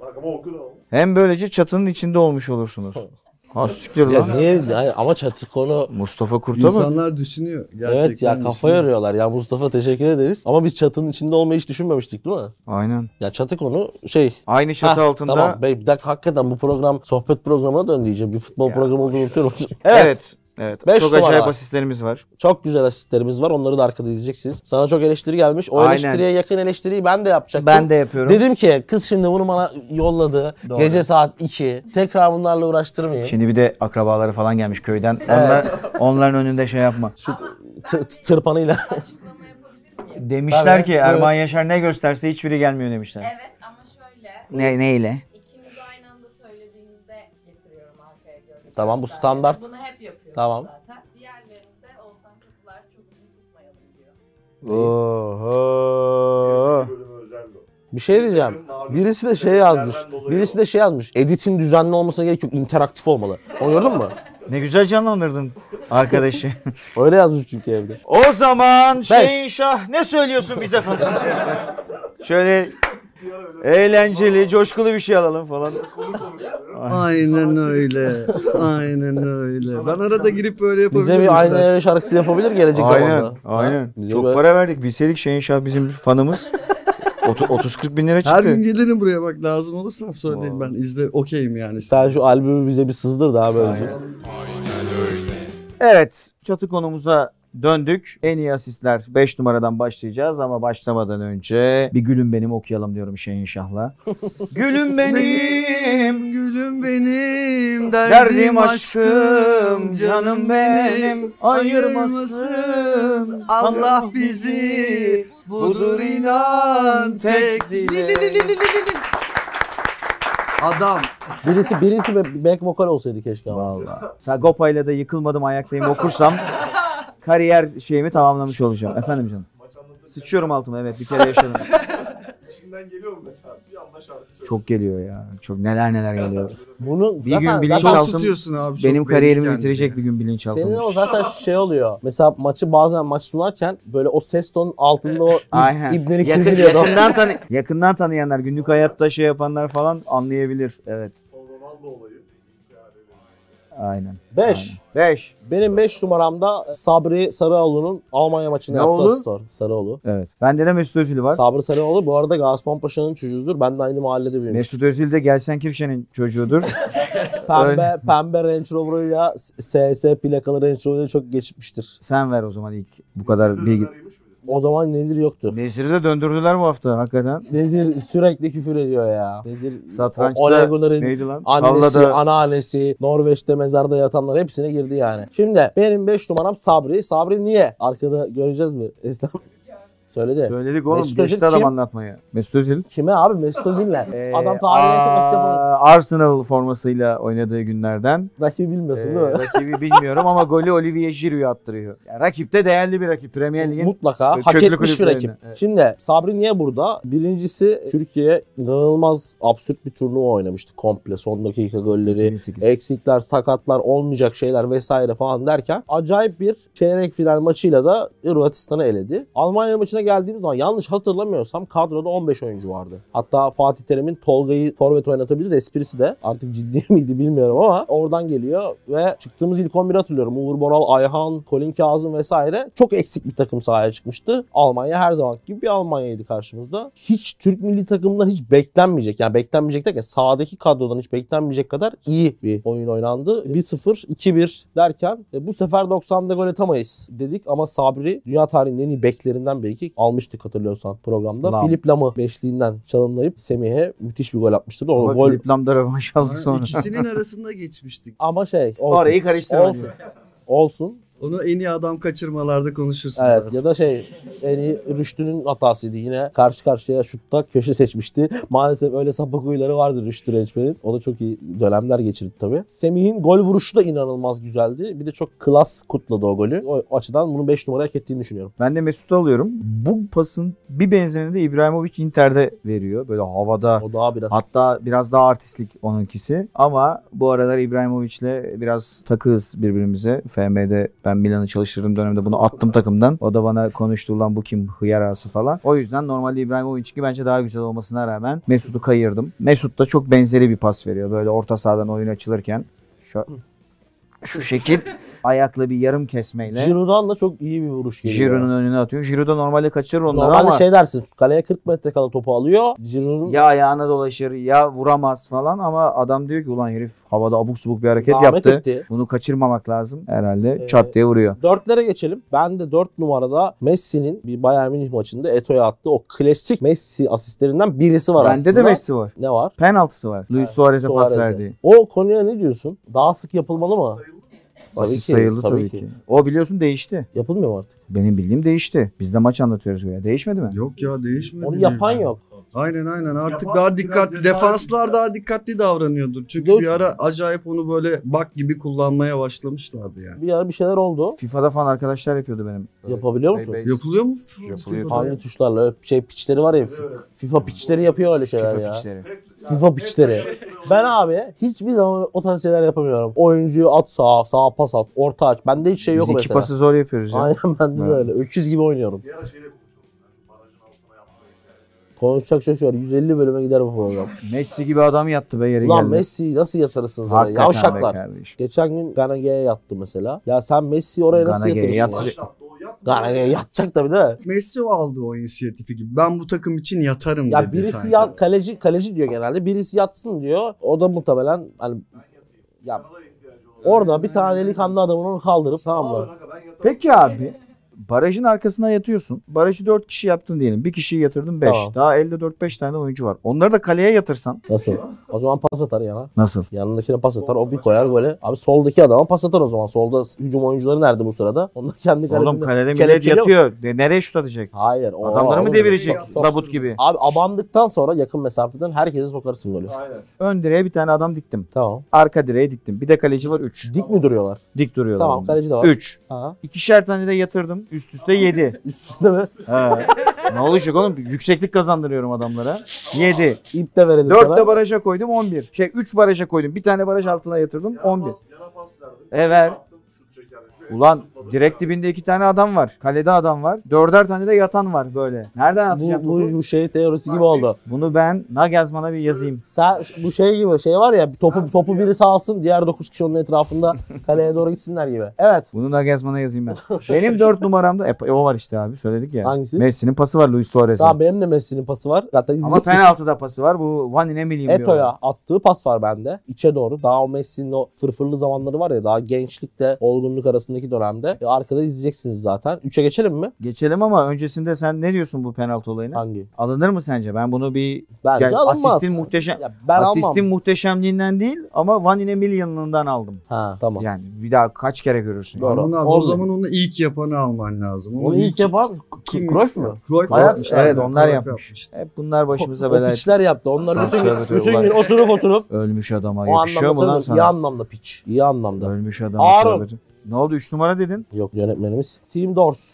Bak ama okul ama. hem böylece çatının içinde olmuş olursunuz. Ha siktir Ya lan. niye? Ay, Ama çatı konu Mustafa Kurt'a mı? İnsanlar düşünüyor. Gerçekten Evet ya kafa düşünüyor. yoruyorlar. Ya Mustafa teşekkür ederiz. Ama biz çatının içinde olmayı hiç düşünmemiştik değil mi? Aynen. Ya çatı konu şey. Aynı çatı Hah, altında. Tamam be, bir dakika hakikaten bu program sohbet programına döndü iyice. Bir futbol Ya, programı olduğunu unutuyorum. hocam. Evet. Evet. evet. Beş Çok numara. acayip asistlerimiz var. Çok güzel asistlerimiz var. Onları da arkada izleyeceksiniz. Sana çok eleştiri gelmiş. O Aynen. eleştiriye yakın eleştiriyi ben de yapacaktım. Ben de yapıyorum. Dedim ki kız şimdi bunu bana yolladı. Gece saat 2. Tekrar bunlarla uğraştırmayayım. Şimdi bir de akrabaları falan gelmiş köyden. Onlar, onların önünde şey yapma. T- t- tırpanıyla. Demişler Tabii, ki Erman Yaşar ne gösterse hiçbiri gelmiyor demişler. Evet ama şöyle Ne neyle? ikimiz aynı anda söylediğimizde getiriyorum arkaya göre. Tamam, bu standart. Bunu hep yapıyoruz Tamam. zaten. Diğerlerinde olsan kapılar çok uzun tutmayalım diyor. Oho. Bölümü özeldi o. bir şey diyeceğim. Birisi de şey yazmış. Birisi de şey yazmış. Editin düzenli olmasına gerek yok. interaktif olmalı. Onu gördün mü? Ne güzel canlandırdın arkadaşı. Öyle yazmış çünkü evde. o zaman şeyin şah ne söylüyorsun bize falan. Şöyle eğlenceli, coşkulu bir şey alalım falan. Aynen öyle. Aynen öyle. Ben arada girip böyle yapabilirim. Bize bir istersen. ayna öyle şarkısı yapabilir gelecek Aynen, zamanda. Ha? aynen. Bize Çok böyle- para verdik. Bilseydik Şahin Şah bizim fanımız. Otu- 30-40 bin lira Her çıktı. gün gelirim buraya bak lazım olursa sorun değil ben izle okeyim yani. Sen şu albümü bize bir sızdır daha böylece. Evet, çatı konumuza döndük. En iyi asistler 5 numaradan başlayacağız ama başlamadan önce bir gülüm benim okuyalım diyorum Şahin Şah'la. gülüm benim, Benim gülüm benim derdim aşkım, canım benim, ayırmasın Allah bizi budur inan tek dilek. Adam Birisi birisi be- back vokal olsaydı keşke ama. Valla. Sagopa'yla da yıkılmadım ayaktayım okursam kariyer şeyimi tamamlamış olacağım. Efendim canım. Maç anlatırken Sıçıyorum altıma evet bir kere yaşadım. içinden geliyor mu mesela? Bir anda şarkı söylüyor. Çok geliyor ya. Çok neler neler geliyor. Bunu Bir zaten, gün bilinç zaten çok altı- Altın tutuyorsun abi. çok Benim belli kariyerimi kendini. bitirecek bir gün bilinçaltım. senin o zaten şey oluyor. Mesela maçı bazen maç sunarken böyle o ses tonun altında o ib- ibnelik Yakın- seziliyor. da. yakından, tanı- yakından tanıyanlar, günlük hayatta şey yapanlar falan anlayabilir. Evet. Son Ronaldo olayı. Aynen. Beş. 5. Benim 5 numaramda Sabri Sarıoğlu'nun Almanya maçında Ne yaptığı oğlu? asistor. Sarıoğlu. Evet. Bende de Mesut Özil var. Sabri Sarıoğlu bu arada Gazipan Paşa'nın çocuğudur. Ben de aynı mahallede büyümüştüm. Mesut Özil de Gelsen Kirşen'in çocuğudur. Pembe, pembe Range Rover'ıyla SS plakalı Range Rover'ıyla çok geçmiştir. Sen ver o zaman ilk bu kadar bilgi. O zaman nezir yoktu. Nesir'i de döndürdüler bu hafta hakikaten. Nezir sürekli küfür ediyor ya. Nezir Satrançta o- Olegurların neydi lan? annesi, Tavlada- anneannesi, Norveç'te mezarda yatanlar hepsine girdi yani. Şimdi benim 5 numaram Sabri. Sabri niye? Arkada göreceğiz mi? Esnaf söyledi. Söyledik oğlum. Mesut Özil Geçti adam kim? anlatmaya. Mesut Özil. Kime abi? Mesut Özil'le. Ee, Adam tarihine çok asist yapan. aa, Arsenal formasıyla oynadığı günlerden. Rakibi bilmiyorsun Ee, değil mi? rakibi bilmiyorum ama golü Olivier Giroud attırıyor. Ya, rakip de değerli bir rakip. Premier Lig'in e, Mutlaka Köklü hak etmiş bir kulüplerine. rakip. Evet. Şimdi Sabri niye burada? Birincisi Türkiye inanılmaz absürt bir turnuva oynamıştı komple. Son dakika golleri, 28. eksikler, sakatlar, olmayacak şeyler vesaire falan derken acayip bir çeyrek final maçıyla da Hırvatistan'ı eledi. Almanya maçına geldiğimiz zaman yanlış hatırlamıyorsam kadroda 15 oyuncu vardı. Hatta Fatih Terim'in Tolga'yı forvet oynatabiliriz esprisi de artık ciddi miydi bilmiyorum ama oradan geliyor ve çıktığımız ilk 11 hatırlıyorum. Uğur Boral, Ayhan, Colin Kazım vesaire çok eksik bir takım sahaya çıkmıştı. Almanya her zaman gibi bir Almanya'ydı karşımızda. Hiç Türk milli takımından hiç beklenmeyecek yani beklenmeyecek derken sahadaki kadrodan hiç beklenmeyecek kadar iyi bir oyun oynandı. 1-0, 2-1 derken e, bu sefer 90'da gol atamayız dedik ama Sabri dünya tarihinin en iyi beklerinden biri ki almıştık hatırlıyorsan programda. Lam. Filip Lam'ı beşliğinden çalımlayıp Semih'e müthiş bir gol atmıştı. O Ama gol Filip Lam da rövanş aldı sonra. İkisinin arasında geçmiştik. ama şey olsun. Orayı karıştırma. olsun. Olsun. Onu en iyi adam kaçırmalarda konuşursun. Evet ya da şey en iyi Rüştü'nün hatasıydı yine. Karşı karşıya şutta köşe seçmişti. Maalesef öyle sapak huyları vardı Rüştü Rençmen'in. O da çok iyi dönemler geçirdi tabii. Semih'in gol vuruşu da inanılmaz güzeldi. Bir de çok klas kutladı o golü. O açıdan bunu 5 numara hak ettiğini düşünüyorum. Ben de Mesut'u alıyorum. Bu pasın bir benzerini de İbrahimovic Inter'de veriyor. Böyle havada. O daha biraz. Hatta biraz daha artistlik onunkisi. Ama bu aralar İbrahimovic'le biraz takığız birbirimize. FM'de ben Milan'ı çalıştırdığım dönemde bunu attım takımdan. O da bana konuştu lan bu kim hıyarası falan. O yüzden normalde İbrahimovic ki bence daha güzel olmasına rağmen Mesut'u kayırdım. Mesut da çok benzeri bir pas veriyor. Böyle orta sahadan oyun açılırken. Şu, şu şekil ayakla bir yarım kesmeyle. Giroud'dan da çok iyi bir vuruş geliyor. Giroud'un önüne atıyor. Giroud da normalde kaçırır onları Normalde ama şey dersin kaleye 40 metre kala topu alıyor. Giroud'un ya ayağına dolaşır ya vuramaz falan ama adam diyor ki ulan herif havada abuk subuk bir hareket zahmet yaptı. etti. Bunu kaçırmamak lazım herhalde. Ee, Çat diye vuruyor. Dörtlere geçelim. Ben de dört numarada Messi'nin bir Bayern Münih maçında Eto'ya attığı o klasik Messi asistlerinden birisi var aslında. Bende de Messi var. Ne var? Penaltısı var. Luis Suarez'e pas verdi. O konuya ne diyorsun? Daha sık yapılmalı mı? Asist sayıldı tabii, ki. O biliyorsun değişti. Yapılmıyor mu artık? Benim bildiğim değişti. Biz de maç anlatıyoruz ya. Değişmedi mi? Yok ya değişmedi. Onu yapan yok. Aynen aynen artık Yapan daha biraz dikkatli cesaret defanslar ister. daha dikkatli davranıyordur. Çünkü Dur. bir ara acayip onu böyle bak gibi kullanmaya başlamışlardı yani. Bir ara bir şeyler oldu. FIFA'da falan arkadaşlar yapıyordu benim. Yapabiliyor musun? Bey- bey- Yapılıyor mu? Yapılıyor. FIFA'da? Hangi tuşlarla? Öyle Şey piçleri var ya hepsi. FIFA piçleri yapıyor öyle şeyler FIFA ya. piçleri. FIFA piçleri. Ben abi hiçbir zaman o tarz şeyler yapamıyorum. Oyuncuyu at sağa, sağa pas at, orta aç. Bende hiç şey yok Biz iki mesela. pası zor yapıyoruz ya. Aynen bende de Evet. öyle. Öküz gibi oynuyorum. Bir ara şeyle konuşalım. Yani barajın altına yaptığı hikayesi. Konuşacak şey şu var. 150 bölüme gider bu program. Messi gibi adam yattı be yere Ulan Şey geldi. Messi nasıl yatırırsınız oraya? Hakikaten be Yavşaklar. kardeşim. Geçen gün Ganage'ye yattı mesela. Ya sen Messi oraya nasıl Ganage'ye yatırırsın? ya? yatacak. Başlattı o yaptı. Ganage'ye yatacak tabii değil mi? Messi o aldı o inisiyatifi gibi. Ben bu takım için yatarım Ya dedi birisi sanki. ya, kaleci kaleci diyor genelde. Birisi yatsın diyor. O da muhtemelen hani ya Kanala ihtiyacı olan. orada bir tane delikanlı adamın onu kaldırıp tamam Aa, mı? kanka ben yatarım. Peki abi. Barajın arkasına yatıyorsun. Barajı 4 kişi yaptın diyelim. Bir kişiyi yatırdın 5. Tamam. Daha elde 4-5 tane oyuncu var. Onları da kaleye yatırsan Nasıl? O zaman pas atar yana. nasıl? Yanındakine pas atar. O bir koyar gole. Abi soldaki adama pas atar o zaman. Solda hücum oyuncuları nerede bu sırada? Onlar kendi kalesinde. Oğlum kalede millet kelepçeli- yatıyor. De- Nereye şut atacak? Hayır. o- Adamları mı onu- devirecek Sok- sok- labut gibi? Abi abandıktan sonra yakın mesafeden herkese sokarsın golü. Aynen. Ön direğe bir tane adam diktim. Tamam. Arka direğe diktim. Bir de kaleci var 3. Dik mi duruyorlar? Dik duruyorlar. Tamam kaleci de var. 3. Ha. İkişer tane de yatırdım. Üst üste 7. Üstüne mi? ne olacak oğlum? Yükseklik kazandırıyorum adamlara. 7. İp de verelim 4 sana. de baraja koydum 11. Şey 3 baraja koydum. Bir tane baraj altına yatırdım Yana 11. pas- Yana pas verdim. Evet. Attım, şut çekermiş. Evet, Ulan tutmadım. direkt dibinde iki tane adam var. Kalede adam var. Dörder tane de yatan var böyle. Nereden atacağım bu, topu? bu, bu şey teorisi gibi oldu. Bunu ben Nagelsmann'a bir yazayım. Sen bu şey gibi şey var ya topu topu birisi alsın diğer 9 kişi onun etrafında kaleye doğru gitsinler gibi. Evet. Bunu Nagelsmann'a yazayım ben. Benim dört numaramda e, o var işte abi söyledik ya. Hangisi? Messi'nin pası var Luis Suarez'e. Daha benim de Messi'nin pası var. Zaten Ama penaltıda pası var. Bu Van ne bileyim Eto'ya attığı pas var bende. İçe doğru. Daha o Messi'nin o fırfırlı zamanları var ya daha gençlikle olgunluk arasındaki dönemde. E, arkada izleyeceksiniz zaten. 3'e geçelim mi? Geçelim ama öncesinde sen ne diyorsun bu penaltı olayına? Hangi? Alınır mı sence? Ben bunu bir Bence Yani alınmaz. asistin muhteşem- Ya ben asistin almam. muhteşemliğinden değil ama Van Milyon'undan aldım. Ha tamam. Yani bir daha kaç kere görürsün. Doğru. Aman abi, o Olmuyor. zaman onu ilk yapanı alman lazım. Onu ilk yapan Kim- Cruyff mu? Cruyff Ajax- yapmış, Evet, aynen, onlar Cruyff yapmış. Hep bunlar başımıza o, şey- o bela etti. piçler yaptı. Onlar bütün Tabii, gün, tabii, bütün ulan. gün oturup oturup Ölmüş adama O yakışıyor mu lan anlamda iyi sana? anlamda piç. İyi anlamda. Ölmüş adama. Harun. tövbe de- Ne oldu 3 numara dedin? Yok yönetmenimiz. Team Doors.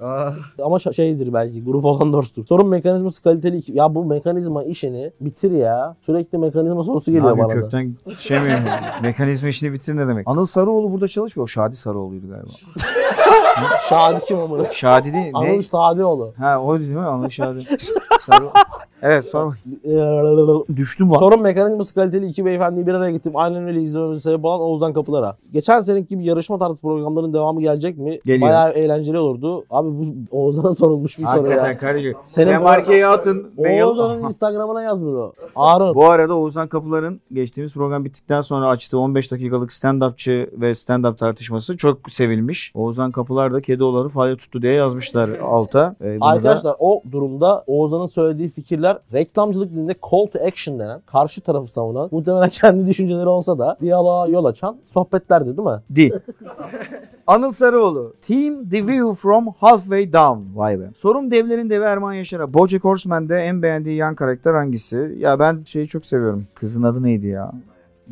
Aa, Ama ş- şeydir belki grup olan dosttur. Sorun mekanizması kaliteli. iki- Ya bu mekanizma işini bitir ya. Sürekli mekanizma sorusu Ne geliyor yapayım, bana da. kökten şey mi? Mekanizma işini bitir ne demek? Anıl Sarıoğlu burada çalışmıyor. Şadi Sarıoğlu'ydu galiba. Şadi kim amına? Şadi değil. ne? Anıl Sadioğlu. Ha o değil mi? Anıl Şadi. Sarı... Evet sor. Düştüm lan. Sorun mekanizması kaliteli iki beyefendiyi bir araya getirip aynen öyle izlememin sebebi olan Oğuzhan Kapılar'a. Geçen seneki gibi yarışma tarzı programların devamı gelecek mi? Geliyor. Bayağı eğlenceli olurdu. Abi bu Oğuzhan'a sorulmuş bir soru ya. Hakikaten kardeşim. Senin- Demarkeyi atın. mail- Oğuzhan'ın Instagram'ına yaz bunu. Arun. Bu arada Oğuzhan Kapılar'ın geçtiğimiz program bittikten sonra açtığı 15 dakikalık stand-upçı ve stand-up tartışması çok sevilmiş. Oğuzhan Kapılar da kedi oğlanı fare tuttu diye yazmışlar alta. Ee, bunu da- Arkadaşlar o durumda Oğuzhan'ın söylediği fikirler reklamcılık dilinde call to action denen karşı tarafı savunan muhtemelen kendi düşünceleri olsa da diyaloğa yol açan sohbetlerdi değil mi? Değil. Anıl Sarıoğlu. Team The View From Halfway Down. Vay be. Sorum devlerin devi Erman Yaşar'a. Bojack Horseman'de en beğendiği yan karakter hangisi? Ya ben şeyi çok seviyorum. Kızın adı neydi ya?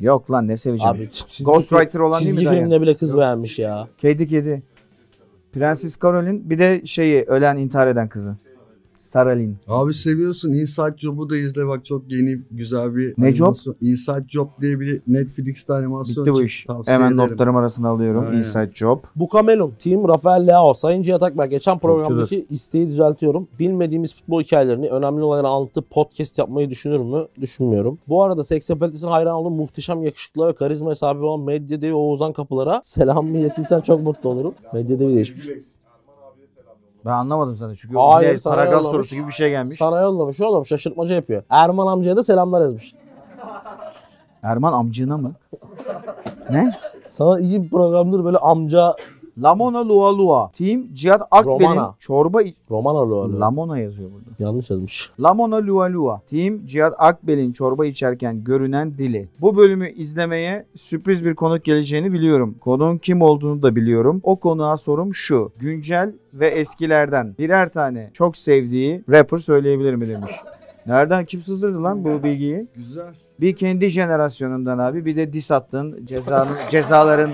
Yok lan ne seveceğim. Abi çizgi, Ghostwriter olan değil mi? çizgi Diane? filmde bile kız beğenmiş ya. Kedi kedi. Prenses Caroline bir de şeyi ölen intihar eden kızı. Saralin. abi seviyorsun. Inside Job'u da izle bak çok yeni güzel bir Ne job? animasyon. Inside Job diye bir Netflix'te animasyon Bitti bu çıktı. iş. Tavsiye Hemen ederim. notlarım arasına alıyorum. Aynen. Inside Job. Bukamelum, Team Rafael Leao, Sayın Cihat Akber. Geçen programdaki isteği düzeltiyorum. Bilmediğimiz futbol hikayelerini, önemli olayları anlatıp podcast yapmayı düşünür mü? Düşünmüyorum. Bu arada seksapalitesine hayran olduğum muhteşem yakışıklı ve karizma sahibi olan Medya Devi Oğuzhan Kapılar'a selam milletliysen çok mutlu olurum. Medya Devi değişmiş. Ben anlamadım zaten çünkü Hayır, bir de sana paragraf yollamış. sorusu gibi bir şey gelmiş. Sana yollamış oğlum şaşırtmaca yapıyor. Erman amcaya da selamlar yazmış. Erman amcığına mı? ne? Sana iyi bir programdır böyle amca Lamona Lua Lua. Team Cihat Akbel'in Romana. çorba... iç- roman alıyor. Lamona yazıyor burada. Yanlış yazmış. Lamona Lua Lua. Team Cihat Akbel'in çorba içerken görünen dili. Bu bölümü izlemeye sürpriz bir konuk geleceğini biliyorum. Konuğun kim olduğunu da biliyorum. O konuğa sorum şu. Güncel ve eskilerden birer tane çok sevdiği rapper söyleyebilir mi demiş. Nereden kim sızdırdı lan bu bilgiyi? Güzel. Bir kendi jenerasyonundan abi bir de dis attın cezanın, cezaların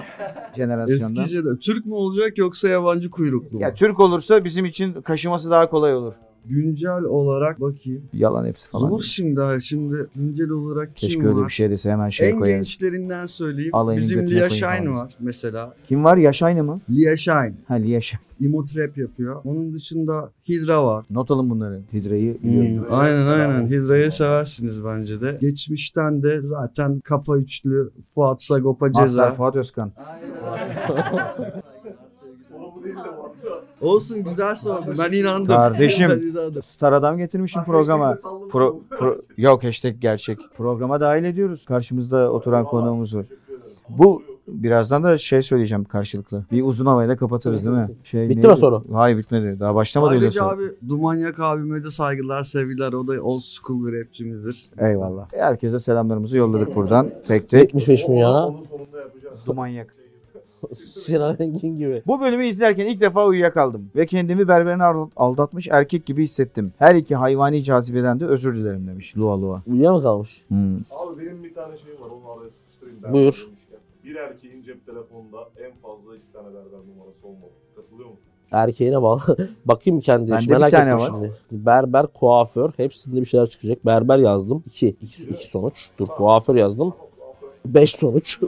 jenerasyonundan. Eskice de. Türk mü olacak yoksa yabancı kuyruklu mu? Ya Türk olursa bizim için kaşıması daha kolay olur. Güncel olarak bakayım. Yalan hepsi falan. Zor şimdi ha. Şimdi güncel olarak kim Keşke var? öyle bir şey dese hemen şey en koyarız. gençlerinden söyleyeyim. Alayını Bizim götüne Lia koyun Shine falan. var mesela. Kim var? Yaş aynı mı? Lia Shine. Ha Yaşa. Emo Trap yapıyor. Onun dışında Hydra var. Not alın bunları. Hidra'yı Hmm. biliyorum. Aynen aynen. Hidra'yı seversiniz bence de. Geçmişten de zaten kafa üçlü Fuat Sagopa Mazhar ceza. Fuat Özkan. Olsun güzel sordu. Ben inandım. Kardeşim. Ben inandım. Star adam getirmişim programa. Pro, pro- yok hashtag gerçek. Programa dahil ediyoruz. Karşımızda oturan konuğumuz var. Bu birazdan da şey söyleyeceğim karşılıklı. Bir uzun havayla kapatırız değil mi? Şey, Bitti neydi? mi soru? Hayır bitmedi. Daha başlamadı öyle Ayrıca soru. abi Dumanyak abime de saygılar sevgiler. O da old school bir rapçimizdir. Eyvallah. Herkese selamlarımızı yolladık buradan. Tek tek. 75 milyona Dumanyak. Sinan Engin gibi. Bu bölümü izlerken ilk defa uyuyakaldım ve kendimi berberine aldat- aldatmış erkek gibi hissettim. Her iki hayvani cazibeden de özür dilerim demiş Lua Lua. Uyuya mı kalmış? Hmm. Abi benim bir tane şeyim var onu araya sıkıştırayım. ben Buyur. konuşmuşken. Bir erkeğin cep telefonunda en fazla iki tane berber numarası olmalı. Katılıyor musun? erkeğine bağlı. Bakayım kendi Bende iş, bir merak tane ettim var. şimdi. Berber, kuaför hepsinde bir şeyler çıkacak. Berber yazdım. 2 2 sonuç. Dur kuaför yazdım. 5 sonuç.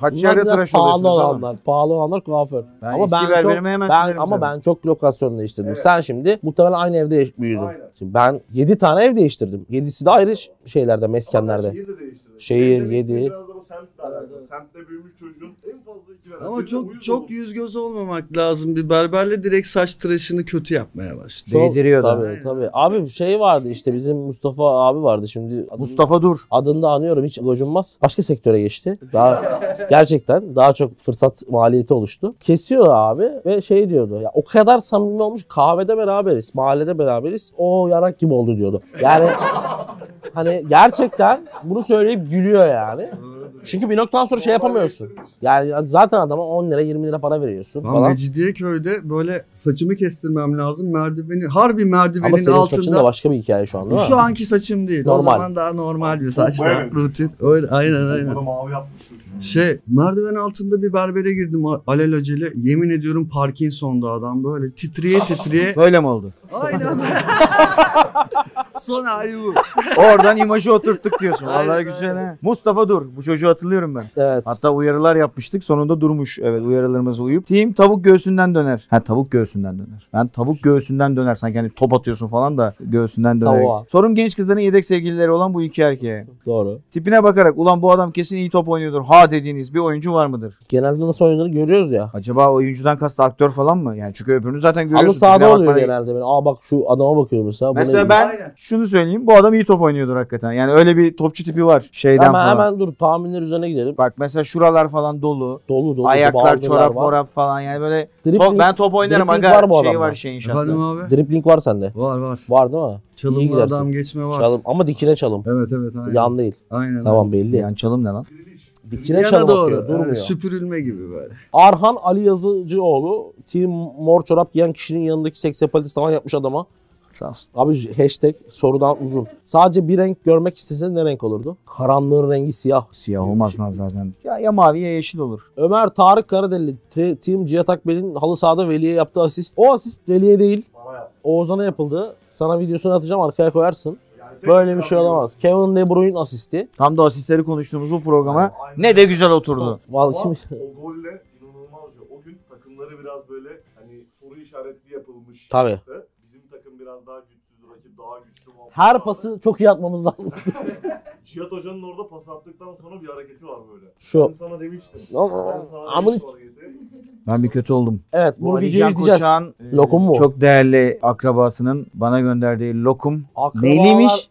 Kaç Bunlar yerde biraz tıraş pahalı oluyorsunuz ama? olanlar. Pahalı olanlar kuaför. Ben ama eski ben çok berberime hemen ben silerim ama seni. ben çok lokasyon değiştirdim. Sen şimdi muhtemelen aynı evde yaş- büyüdün. Şimdi ben 7 tane ev değiştirdim. 7'si de ayrı ş- şeylerde, meskenlerde. Şehir de değiştirdin. Şehir, Benim dediğim yedi. Biraz da bu semtle alakalı. Semtte büyümüş çocuğun en fazla iki berber. Ama Bir de çok uyuz çok olur. yüz göz olmamak lazım. Bir berberle direkt saç tıraşını kötü yapmaya başladı. Çok- Değdiriyor da. Tabii tabii. Abi şey vardı işte bizim Mustafa abi vardı şimdi. Mustafa Dur. Adını da anıyorum hiç gocunmaz. Başka sektöre geçti. Daha gerçekten daha çok fırsat maliyeti oluştu. Kesiyor abi ve şey diyordu. Ya o kadar samimi olmuş kahvede beraberiz, mahallede beraberiz. O yarak gibi oldu diyordu. Yani hani gerçekten bunu söyleyip gülüyor yani. Çünkü bir noktadan sonra şey yapamıyorsun. Yani zaten adama 10 lira 20 lira para veriyorsun Lan falan. Mecidiyeköy'de böyle saçımı kestirmem lazım. Merdiveni, harbi merdivenin Ama senin saçın da altında. başka bir hikaye şu an değil mi? Şu anki saçım değil. Normal. O zaman daha normal bir saç. Bayağı daha rutin. Öyle, aynen aynen. Bunu mavi yapmıştık. Şey merdiven altında bir berbere girdim a- alelacele. Yemin ediyorum Parkinson'da adam böyle titriye titriye. Böyle mi oldu? aynen. Son hali bu. Oradan imajı oturttuk diyorsun. Vallahi Aynen, güzel aynen. ha. Mustafa Dur. Bu çocuğu hatırlıyorum ben. Evet. Hatta uyarılar yapmıştık. Sonunda durmuş. Evet uyarılarımıza uyup. Team tavuk göğsünden döner. Ha tavuk göğsünden döner. Ben tavuk göğsünden döner. Sanki hani top atıyorsun falan da göğsünden döner. Tavuğa. Sorum genç kızların yedek sevgilileri olan bu iki erkeğe. Doğru. Tipine bakarak ulan bu adam kesin iyi top oynuyordur. Ha dediğiniz bir oyuncu var mıdır? Genelde nasıl oynadığını görüyoruz ya. Acaba oyuncudan kast aktör falan mı? Yani çünkü öbürünü zaten görüyorsun. Halı Tipine sahada oluyor bakmana- genelde. Böyle, Aa bak şu adama bakıyorum mesela. bu Mesela ne?" ben Aynen. şunu söyleyeyim. Bu adam iyi top oynuyordur hakikaten. Yani öyle bir topçu tipi var. Şeyden Hemen, falan. hemen dur tahminler üzerine gidelim. Bak mesela şuralar falan dolu. Dolu dolu. Ayaklar, bağırdılar çorap, var. morap falan yani böyle Dribbling- top, ben top oynarım dribbling aga var bu şey adamda. var şeyin Efendim şartı. abi. Dribbling var sende. Var var. Var değil mi? İyi Çalımlı gidersin. adam geçme var. Çalım ama dikine çalım. Evet evet aynen. Yan değil. aynen. Tamam belli. Yani çalım ne lan? Dikine Yana çalım doğru. atıyor. öyle Durmuyor. süpürülme gibi böyle. Arhan Ali Yazıcıoğlu Team Mor Çorap giyen kişinin yanındaki seksapalist falan yapmış adama. Abi hashtag sorudan uzun. Sadece bir renk görmek isteseniz ne renk olurdu? Karanlığın rengi siyah. Siyah olmaz lan zaten. Ya, ya mavi ya yeşil olur. Ömer Tarık Karadelli, te- Team Cihat Akbel'in halı sahada Veli'ye yaptığı asist. O asist Veli'ye değil, Bana yap. Oğuzhan'a yapıldı. Sana videosunu atacağım, arkaya koyarsın. Yani tek Böyle bir şey çıkartıyor. olamaz. Kevin De Bruyne asisti. Tam da asistleri konuştuğumuz bu programa Aynen. ne de güzel oturdu. Vallahi Ama şimdi o golle inanılmaz ya. O gün takımları biraz böyle hani soru işaretli yapılmış. Tabii. Bizim takım biraz daha güçsüz, rakip daha güçlü. her pası çok iyi atmamız lazım. Cihat Hoca'nın orada pas attıktan sonra bir hareketi var böyle. Ben Şu. sana demiştim. Ben sana Amını... demiştim o hareketi. Ben bir kötü oldum. Evet, bu Ali videoyu Can izleyeceğiz. Koçak'ın, e, Lokum mu? Çok değerli akrabasının bana gönderdiği lokum. Akrabalar- Neyliymiş?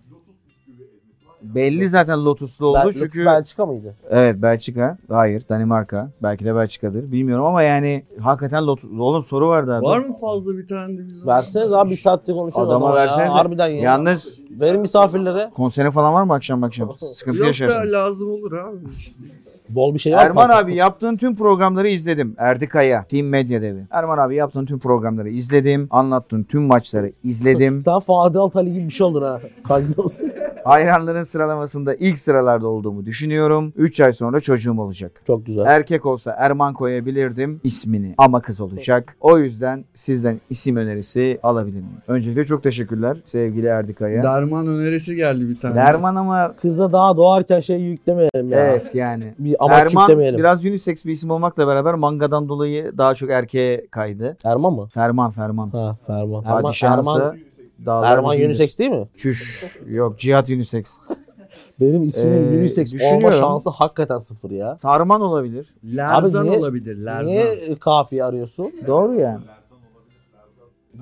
Belli zaten Lotus'lu oldu Bel- çünkü Lux Belçika mıydı? evet Belçika, hayır Danimarka, belki de Belçika'dır bilmiyorum ama yani hakikaten Lotus oğlum soru vardı abi. Var mı fazla bir tane de güzel? Verseniz abi bir saattir konuşuyoruz. Adama ama versenize. Ya. Harbiden ya. Yalnız Verin misafirlere. konsere falan var mı akşam akşam? Sıkıntı Yok da yaşarsın. lazım olur abi. İşte. Bol bir şey var mı? Erman kanka? abi yaptığın tüm programları izledim. Erdikaya, Team Medya Devi. Erman abi yaptığın tüm programları izledim. Anlattığın tüm maçları izledim. Sen Fadi Altaylı gibi bir şey oldun ha. Kalbin olsun. Hayranların sıralamasında ilk sıralarda olduğumu düşünüyorum. 3 ay sonra çocuğum olacak. Çok güzel. Erkek olsa Erman koyabilirdim ismini ama kız olacak. O yüzden sizden isim önerisi alabilir miyim? Öncelikle çok teşekkürler sevgili Erdikaya. Derman önerisi geldi bir tane. Derman ama Kıza daha doğarken şey yüklemeyelim ya. evet yani Bir amaç Erman yüklemeyelim. biraz unisex bir isim olmakla beraber mangadan dolayı daha çok erkeğe kaydı. Erman mı? Ferman Ferman. Ha Ferman. Erman, Erman, Padişahsı dağlar Erman bizimdir. unisex değil mi? Çüş. Yok Cihat unisex. Benim ismim Ee, unisex olma düşünüyorum. şansı hakikaten sıfır ya. Sarman olabilir. Lerzan Abi niye- olabilir. Lerzan. Niye kafiye arıyorsun? Doğru yani.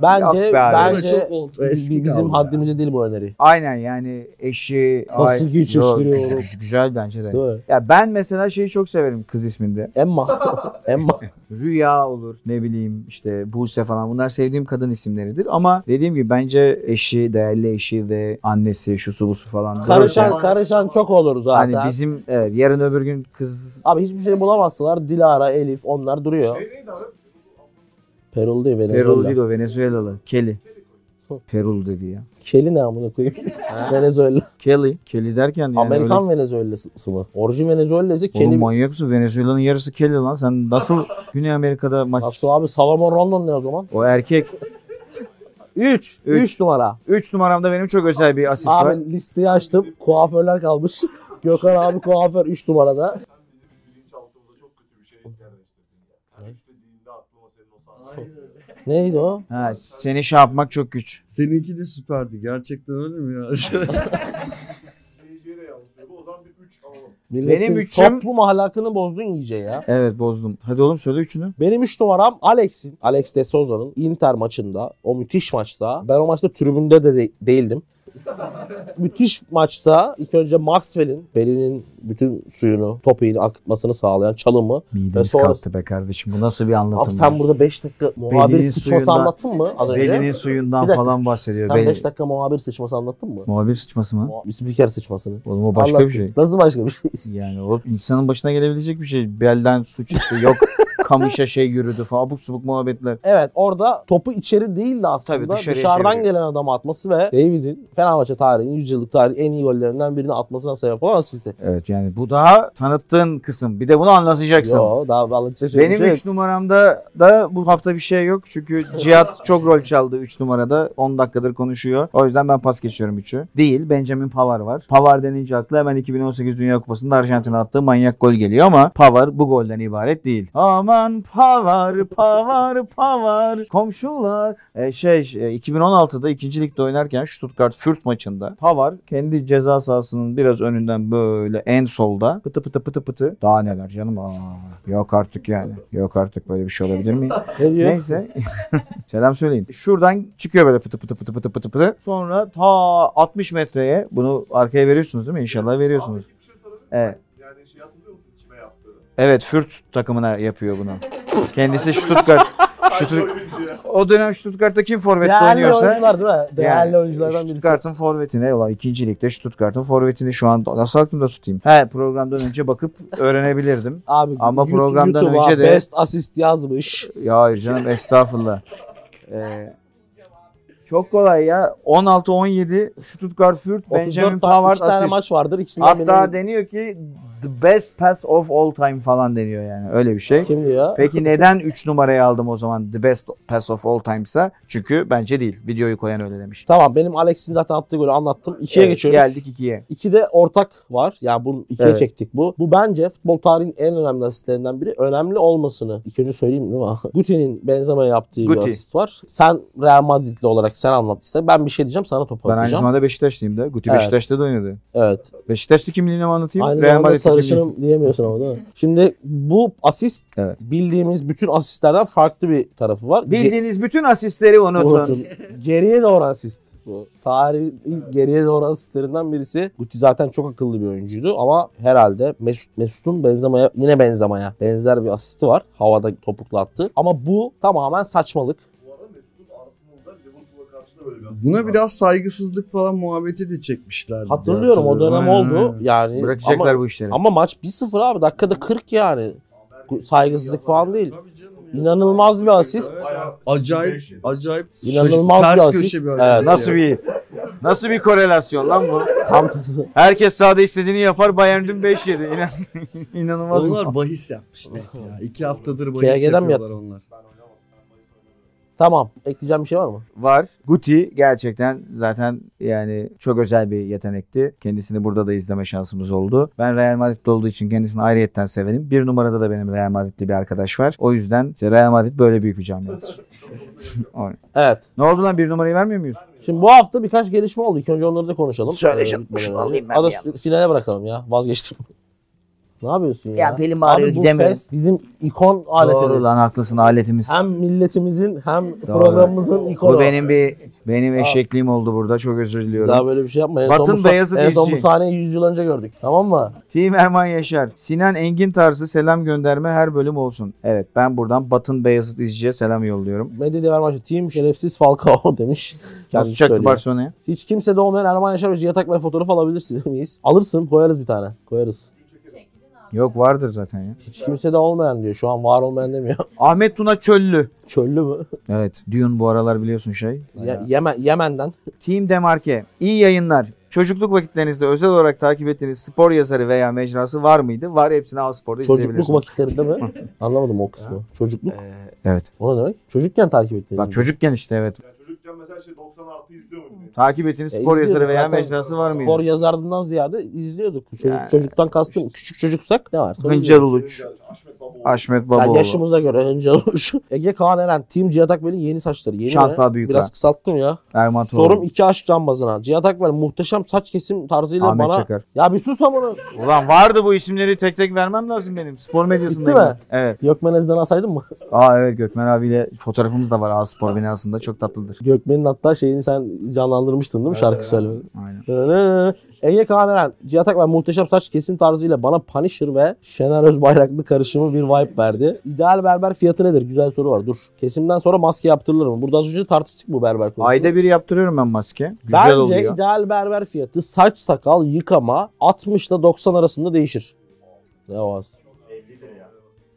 Bence Yok be abi. Böyle bence çok oldu, bi- eski şey bizim kaldı. haddimize değil bu öneri. Aynen yani eşi... Nasıl ay- güç Yo, eşleri güzel, oğlum. güzel, güzel bence de. Değil mi? Ya ben mesela şeyi çok severim kız isminde. Emma. Emma. Rüya olur ne bileyim işte Buse falan bunlar sevdiğim kadın isimleridir ama dediğim gibi bence eşi, değerli eşi ve annesi şusu busu falan. karışan Böyle- karışan çok olur zaten. Hani bizim evet, yarın öbür gün kız Abi hiçbir şey bulamazsalar Dilara, Elif onlar duruyor. Şey neydi abi? Perul değil Venezuela. Perulu değil o Venezuelalı. Kelly. Perulu dedi ya. Keli ne amına koyayım? Venezuela. Kelly. Kelly derken yani Amerikan Venezuelası mı? Orijin Venezuelası öyle... Oğlum Keli. manyak mısın? Venezuela'nın yarısı Kelly lan. Sen nasıl Güney Amerika'da maç... Nasıl abi? Salomon Rondon ne o zaman? O erkek. 3. Üç. 3 numara. 3 numaramda benim çok özel bir asist var. Abi listeyi açtım. Kuaförler kalmış. Gökhan abi kuaför 3 numarada. Bilinçaltımıza çok kötü bir şey yerleştirdin ya. Her üçlediğinde aklıma senin o sahne. Neydi o? Ha, seni şey yapmak çok güç. Seninki de süperdi. Gerçekten öyle mi ya? Dinleyiciye de yansıyordu. O zaman bir üç alalım. Milletin Benim üçüm- toplum ahlakını bozdun iyice ya. Evet bozdum. Hadi oğlum söyle üçünü. Benim 3 numaram Alex'in, Alex de Souza'nın Inter maçında, o müthiş maçta. Ben o maçta tribünde de, de- değildim. Müthiş maçta ilk önce Maxwell'in belinin bütün suyunu, topiğini akıtmasını sağlayan çalımı. Ve Midemiz sonra- kalktı be kardeşim. Bu nasıl bir anlatım? Abi sen ya? burada 5 dakika muhabir Belinin sıçması suyundan- anlattın mı az önce? Belinin suyundan Bir dakika. falan bahsediyor. Sen Bel- 5 dakika muhabir sıçması anlattın mı? Muhabir sıçması mı? Muhabir spiker sıçmasını. Oğlum o başka Anlattın. bir şey. Nasıl başka bir şey? Yani o insanın başına gelebilecek bir şey. Belden su çıktı. Yok kamışa şey yürüdü falan. Abuk subuk muhabbetler. Evet orada topu içeri değil de aslında Tabii, dışarıya dışarıdan çeviriyor. gelen adamı atması ve David'in Fenerbahçe tarihinin 100 yıllık tarihin en iyi gollerinden birini atmasına sebep olan asisti. Evet yani bu daha tanıttığın kısım. Bir de bunu anlatacaksın. Yo daha anlatacak şey bir Benim şey 3 numaramda da bu hafta bir şey yok. Çünkü Cihat çok rol çaldı 3 numarada. 10 dakikadır konuşuyor. O yüzden ben pas geçiyorum 3'ü. Değil. Benjamin Pavar var. Pavar denince akla hemen 2018 Dünya Kupası'nda Arjantin'e attığı manyak gol geliyor ama Pavar bu golden ibaret değil. Aman Pavar, Pavar, Pavar. Komşular. E, şey e, 2016'da 2. ligde oynarken Stuttgart Fürt maçında Pavar kendi ceza sahasının biraz önünden böyle en solda pıtı pıtı pıtı pıtı. Daha neler canım. Aa, yok artık yani. Yok artık böyle bir şey olabilir mi? Ne diyor? Neyse. Selam söyleyin. Şuradan çıkıyor böyle pıtı pıtı pıtı pıtı pıtı pıtı. Sonra ta 60 metreye bunu arkaya veriyorsunuz değil mi? İnşallah veriyorsunuz. Abi bir şey sorabilir miyim? Evet. Yani şey hatırlıyor musun kime yaptığını? Evet Fürt takımına yapıyor bunu. Kendisi Stuttgart. Stuttgart. Şutu... O dönem Stuttgart'ta kim forvette Değerli oynuyorsa. oyuncular değil mi? Değerli oyunculardan birisi. e, Stuttgart'ın forvetine olan ikinci ligde Stuttgart'ın forvetini şu an nasıl aklımda tutayım? He programdan önce bakıp öğrenebilirdim. Abi Ama YouTube- programdan YouTube'a önce de- best asist yazmış. Ya hayır canım estağfurullah. Ee, çok kolay ya. 16-17 Stuttgart Fürth, 34 Benjamin tane, üç Pavard tane asist. maç vardır. İkisinden Hatta birinin- deniyor ki the best pass of all time falan deniyor yani. Öyle bir şey. Kim diyor? Peki neden 3 numarayı aldım o zaman the best pass of all time ise? Çünkü bence değil. Videoyu koyan öyle demiş. Tamam benim Alex'in zaten attığı golü anlattım. İkiye Evet, geçiyoruz. Geldik 2'ye. İkide ortak var. Yani bunu ikiye Evet. çektik bu. Bu bence futbol tarihinin en önemli asistlerinden biri. Önemli olmasını. İlk önce söyleyeyim değil mi? Guti'nin Benzema'ya yaptığı bir Guti. asist var. Sen Real Madridli olarak sen anlat ister. Ben bir şey diyeceğim sana topu Ben aynı atacağım. zamanda Beşiktaşlıyım da. Guti Evet. Beşiktaş'ta da oynadı. Evet. Beşiktaşlı kimliğini mi anlatayım? Aynı Real zamanda Madrid kimliği. sarışınım diyemiyorsun ama değil mi? Şimdi bu asist Evet. bildiğimiz bütün asistlerden farklı bir tarafı var. Ge- Bildiğiniz bütün asistleri unutun. Unutun. geriye doğru asist. Bu tarihin ilk geriye doğru asistlerinden birisi. Guti zaten çok akıllı bir oyuncuydu ama herhalde Mesut Mesut'un benzemeye yine benzemeye benzer bir asisti var. Havada topukla attı. Ama bu tamamen saçmalık. Bu arada Mesut'un Arsenal'da Liverpool'a karşı da böyle bir Buna asist var. biraz saygısızlık falan muhabbeti de çekmişlerdi. diye Hatırlıyorum o dönem hatırlıyorum. Aynen, oldu. aynen. Yani Bırakacaklar ama, bu işleri. ama maç 1-0 abi dakikada 40 yani. Bu Saygısızlık falan değil. Tabii canım ya. İnanılmaz bir asist. Bayağı- Acayip, acayip İnanılmaz ters bir köşe asist. bir asist. Evet. Nasıl bir nasıl bir korelasyon lan bu? Tam tersi. Herkes sahada istediğini yapar. Bayern dün 5 yedi. İnan, inanılmaz. Onlar bahis yapmış net ya. İki haftadır bahis KG'den mi yapıyorlar yattın? onlar. Tamam. Ekleyeceğim bir şey var mı? Var. Guti gerçekten zaten yani çok özel bir yetenekti. Kendisini burada da izleme şansımız oldu. Ben Real Madrid'de olduğu için kendisini ayrıyetten severim. Bir numarada da benim Real Madrid'li bir arkadaş var. O yüzden işte Real Madrid böyle büyük bir camiadır. Aynen. Evet. ne oldu lan bir numarayı vermiyor muyuz? Şimdi bu hafta birkaç gelişme oldu. İlk önce onları da konuşalım. Söyle Ee, canım, gitmeden şunu önce. alayım ben Hadi bir s- finale bırakalım ya. Vazgeçtim. ne yapıyorsun ya? Ya belim ağrıyor, Abi bu gidemiyorum. ses bizim ikon aletimiz. Doğru lan haklısın aletimiz. Hem milletimizin hem programımızın ikonu. Bu benim bir benim eşekliğim oldu burada. Çok özür Daha diliyorum. böyle bir şey yapma. En son Batın bu, sa- Beyazıt en son bu izci. sahneyi 100 yıl önce gördük. Tamam mı? Team Erman Yaşar. Sinan Engin tarzı selam gönderme her bölüm olsun. Evet ben buradan Batın Beyazıt izciye selam yolluyorum. Medya Diver Maçı. Team şerefsiz Falcao demiş. Kendisi Nasıl çaktı söylüyor. Barcelona'ya? Hiç kimse de olmayan Erman Yaşar Hoca yatak ve fotoğraf alabilirsiniz miyiz? Alırsın koyarız bir tane. Koyarız. Yok vardır zaten ya. Hiç kimse de olmayan diyor. Şu an var olmayan demiyor. Ahmet Tuna Çöllü. Çöllü mü? Evet. Dune bu aralar biliyorsun şey. Ya, Yemen, Yemen'den. Team Demarke. İyi yayınlar. Çocukluk vakitlerinizde özel olarak takip ettiğiniz spor yazarı veya mecrası var mıydı? Var hepsini Aspor'da Çocukluk izleyebilirsiniz. vakitlerinde mi? Anlamadım o kısmı. Çocukluk. Evet. O ne demek? Çocukken takip ettiniz. Lan çocukken işte evet. Yani çocukken mesela şey 90 artı izliyor muydun? Takip ettiğiniz E, spor yazarı izliyorum veya zaten. mecrası var Spor mıydı? yazardından ziyade izliyorduk. Çocuk, Yani. Çocuktan kastım küçük çocuksak ne var? Hıncal Uluç. Ahmet Baba Haşmet Yani Babaoğlu. yaşımıza göre önce olmuş. Ege Kaan Eren, Team Cihat Akbel'in yeni saçları. Yeni Şans mi? daha büyük Biraz ha. kısalttım ya. Erman Toroğlu. Sorum iki aşk cambazına. Cihat Akbel muhteşem saç kesim tarzıyla Ahmet bana... Çakar. Ya bir sus amına. Ulan vardı bu isimleri tek tek vermem lazım benim. Spor medyasındayım. Bitti mi? ben. Evet. Gökmenez'den alsaydın mı? Aa evet Gökmen abiyle fotoğrafımız da var A Spor binasında. Çok tatlıdır. Gökmen'in hatta şeyini sen canlandırmıştın değil mi şarkı söyleme. Aynen. Dönü. Ege Kaan Eren, Cihat Akbel muhteşem saç kesim tarzıyla bana Punisher ve Şener Özbayraklı karışımı bir vibe verdi. İdeal berber fiyatı nedir? Güzel soru var dur. Kesimden sonra maske yaptırılır mı? Burada az önce tartıştık bu berber konusunu. Ayda bir yaptırıyorum ben maske. Güzel Bence oluyor. ideal berber fiyatı saç sakal yıkama 60 ile 90 arasında değişir. Ne var?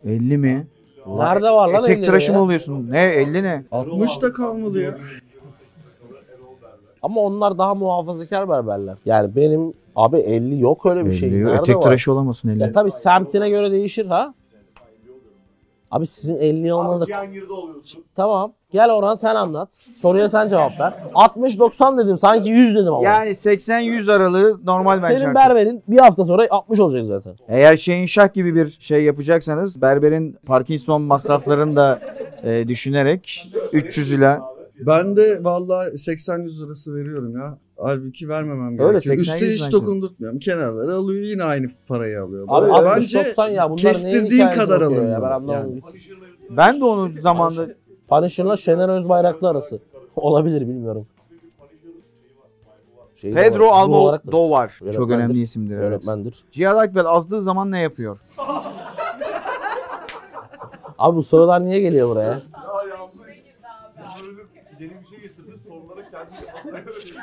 50 mi? Nerede var lan Tek 50 tıraşı ya? mı oluyorsun? Ne 50 ne? 60 da kalmadı ya. Ama onlar daha muhafazakar berberler. Yani benim abi 50 yok öyle bir şey. 50 Nerede Tek var? tıraşı olamazsın 50. Ya tabii semtine göre değişir ha. Abi sizin 50 Abi olmanız da... Cihangir'de oluyorsun. Tamam. Gel Orhan sen anlat. Soruya sen cevap ver. 60-90 dedim sanki 100 dedim ama. Yani 80-100 aralığı normal ben Senin şarkı. berberin bir hafta sonra 60 olacak zaten. Eğer şeyin şah gibi bir şey yapacaksanız berberin Parkinson masraflarını da e, düşünerek 300 ila Ben de vallahi 80-100 lirası veriyorum ya. Halbuki vermemem Öyle, gerekiyor. 80-100 Üste hiç bence. dokundurtmuyorum. Kenarları alıyor yine aynı parayı alıyor. Abi Böyle 60-90 ya bunlar neyin kestirdiğin hikayesi kadar oluyor alın. ya ben Yani. anlamadım. Ben de onu zamanda Punisher'la Şener Özbayraklı arası. Olabilir bilmiyorum. Şey de Pedro var, ruh Almo olarak da Dovar. Çok Öğretmendir. önemli isimdir. Evet. Öğretmendir. Cihat Akbel azdığı zaman ne yapıyor? Abi bu sorular niye geliyor buraya? Ya yanlış. Bölüm yeni bir şey getirdi. Sorulara kendi kafasına göre değişti.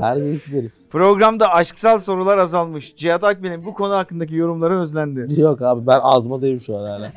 Terbiyesiz herif. Programda aşksal sorular azalmış. Cihat Akbel'in bu konu hakkındaki yorumları özlendi. Yok abi ben azmadayım şu an hala.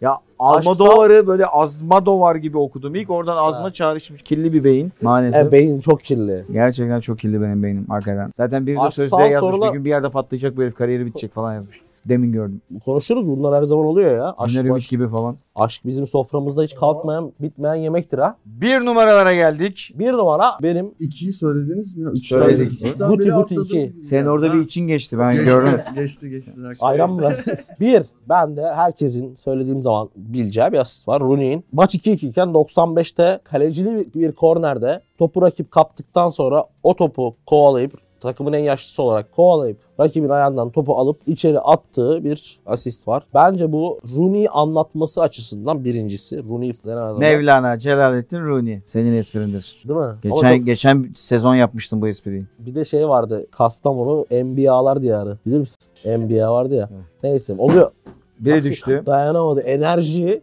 Ya Almodovar'ı böyle azma dovar gibi okudum. İlk oradan azma çağrışmış. Kirli bir beyin maalesef. E, beyin çok kirli. Gerçekten çok kirli benim beynim hakikaten. Zaten biri de Aşksal sözlüğe yazmış. sorular- Bir gün bir yerde patlayacak bu herif kariyeri bitecek falan yazmış. Demin gördüm. Konuşuruz bunlar her zaman oluyor ya. Aşk, Aşk baş- gibi falan. aşk bizim soframızda hiç kalkmayan, bitmeyen yemektir ha. Bir numaralara geldik. Bir numara benim İkiyi söylediniz mi? ya? Üçten Söyledik. biri- üçten Guti, biri guti atladınız iki. gibi Senin ya. orada Ha, bir için geçti ben geçti, gördüm. Geçti geçti. Haklısın. ayran mı verdiniz? bir, ben de herkesin söylediğim zaman bileceği bir asist var. Rooney'in. Maç 2-2 iken 95'te kalecili bir, bir kornerde topu rakip kaptıktan sonra o topu kovalayıp takımın en yaşlısı olarak kovalayıp rakibin ayağından topu alıp içeri attığı bir asist var. Bence bu Rooney anlatması açısından birincisi. Rooney denen adam. Mevlana Celaleddin Runi. Senin esprindir. Değil mi? Ama Geçen çok- geçen sezon yapmıştım bu espriyi. Bir de şey vardı. Kastamonu NBA'lar diyarı. Bilir misin? NBA vardı ya. Neyse oluyor. Biri düştü. Dayanamadı. Enerji